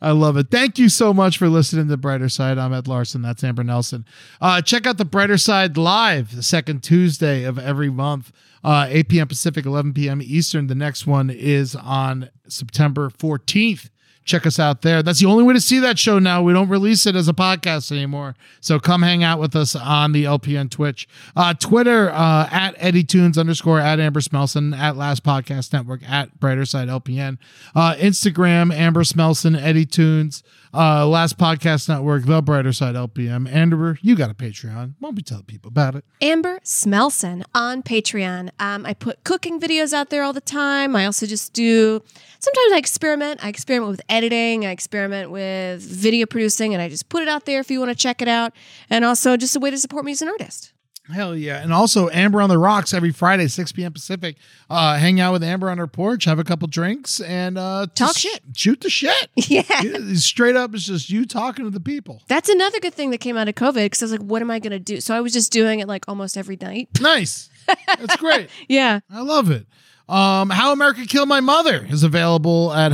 I love it. Thank you so much for listening to Brighter Side. I'm Ed Larson. That's Amber Nelson. Uh, check out the Brighter Side live the second Tuesday of every month, uh, 8 p.m. Pacific, 11 p.m. Eastern. The next one is on September 14th. Check us out there. That's the only way to see that show now. We don't release it as a podcast anymore. So come hang out with us on the LPN Twitch. Uh, Twitter uh, at Eddie Tunes underscore at Amber Smelson at Last Podcast Network at Brighter Side LPN. Uh, Instagram Amber Smelson, Eddie Tunes, uh, Last Podcast Network, The Brighter Side LPM. Amber, you got a Patreon. Won't we tell people about it? Amber Smelson on Patreon. Um, I put cooking videos out there all the time. I also just do, sometimes I experiment. I experiment with editing, I experiment with video producing, and I just put it out there if you want to check it out. And also just a way to support me as an artist. Hell yeah. And also Amber on the Rocks every Friday, 6 p.m. Pacific. Uh, hang out with Amber on her porch, have a couple drinks, and uh, Talk just shit. Shoot the shit. Yeah. Yeah, Straight up, it's just you talking to the people. That's another good thing that came out of COVID because I was like, what am I going to do? So I was just doing it like almost every night. Nice. That's great. Yeah. I love it. Um, How America Killed My Mother is available at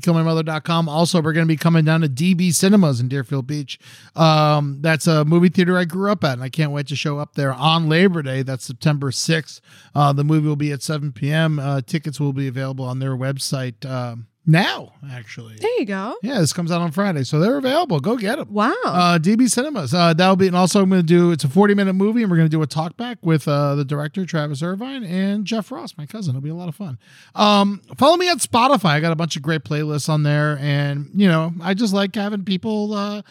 howamericakillmymother.com. Also, we're going to be coming down to DB Cinemas in Deerfield Beach. Um, that's a movie theater I grew up at, and I can't wait to show up there on Labor Day. That's September 6th. Uh, the movie will be at 7 p.m. Uh, tickets will be available on their website um, now, actually. There you go. Yeah, this comes out on Friday, so they're available. Go get them. Wow. Uh, DB Cinemas. Uh, that'll be, and also I'm going to do. It's a 40 minute movie, and we're going to do a talk back with uh, the director Travis Irvine and Jeff Ross, my cousin. It'll be a lot of fun. Um, follow me on Spotify. I got a bunch of great playlists on there, and you know, I just like having people. Uh,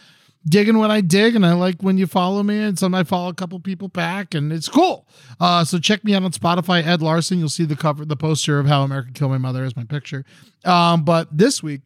digging what I dig, and I like when you follow me, and some I follow a couple people back, and it's cool. Uh, so check me out on Spotify, Ed Larson. You'll see the cover, the poster of How America Killed My Mother is my picture. Um, but this week,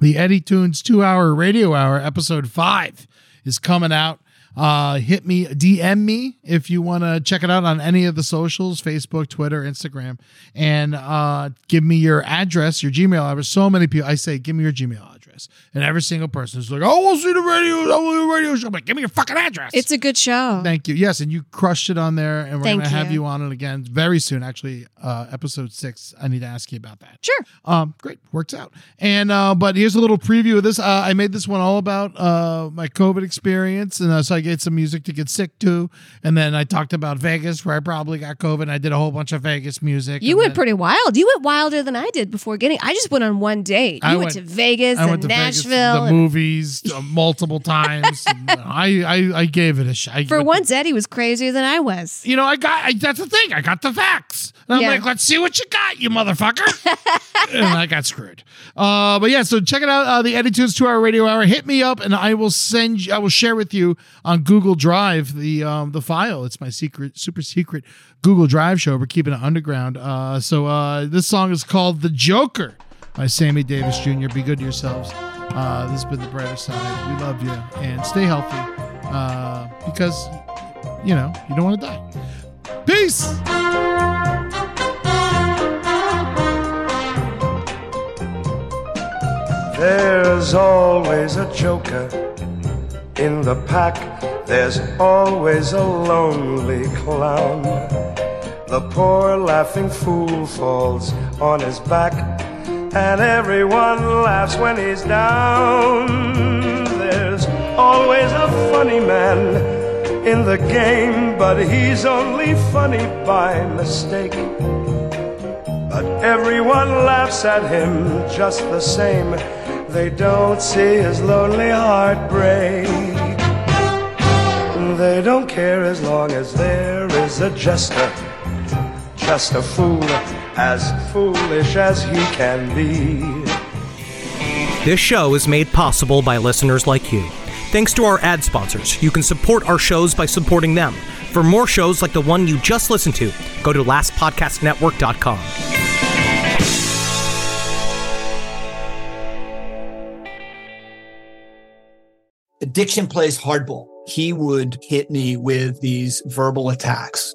the Eddie Tunes two hour radio hour episode five is coming out. Uh, hit me, DM me if you want to check it out on any of the socials Facebook, Twitter, Instagram, and uh, give me your address, your Gmail address. So many people, I say, give me your Gmail address. And every single person is like, oh, we'll see the radio, I want the radio show. I'm like, give me your fucking address. it's a good show. Thank you. Yes, and you crushed it on there, and we're Thank gonna have you. you on it again very soon. Actually, uh, episode six. I need to ask you about that. Sure. Um, great, worked out. And uh, but here's a little preview of this. Uh, I made this one all about uh my COVID experience, and uh, so I get some music to get sick to, and then I talked about Vegas where I probably got COVID. And I did a whole bunch of Vegas music. You and went then- pretty wild. You went wilder than I did before getting. I just went on one date. You I went, went- to Vegas I and went to Vegas, Nashville. the and- movies uh, multiple times. And I, I I gave it a shot. for once, Eddie was crazier than I was. you know, I got I, that's the thing. I got the facts. And I'm Yeah. like, let's see what you got, you motherfucker. and I got screwed. Uh, but yeah, so check it out. Uh, the Attitudes Two Hour Radio Hour. Hit me up, and I will send. You, I will share with you on Google Drive the um, the file. It's my secret, super secret Google Drive show. We're keeping it underground. Uh, so uh, this song is called "The Joker" by Sammy Davis Jr. Be good to yourselves. Uh, this has been the brighter side. We love you and stay healthy uh, because you know you don't want to die. Peace. There's always a joker in the pack. There's always a lonely clown. The poor laughing fool falls on his back, and everyone laughs when he's down. There's always a funny man in the game, but he's only funny by mistake. But everyone laughs at him just the same. They don't see his lonely heart break. They don't care as long as there is a jester, just a fool, as foolish as he can be. This show is made possible by listeners like you. Thanks to our ad sponsors, you can support our shows by supporting them. For more shows like the one you just listened to, go to lastpodcastnetwork.com. Addiction plays hardball. He would hit me with these verbal attacks.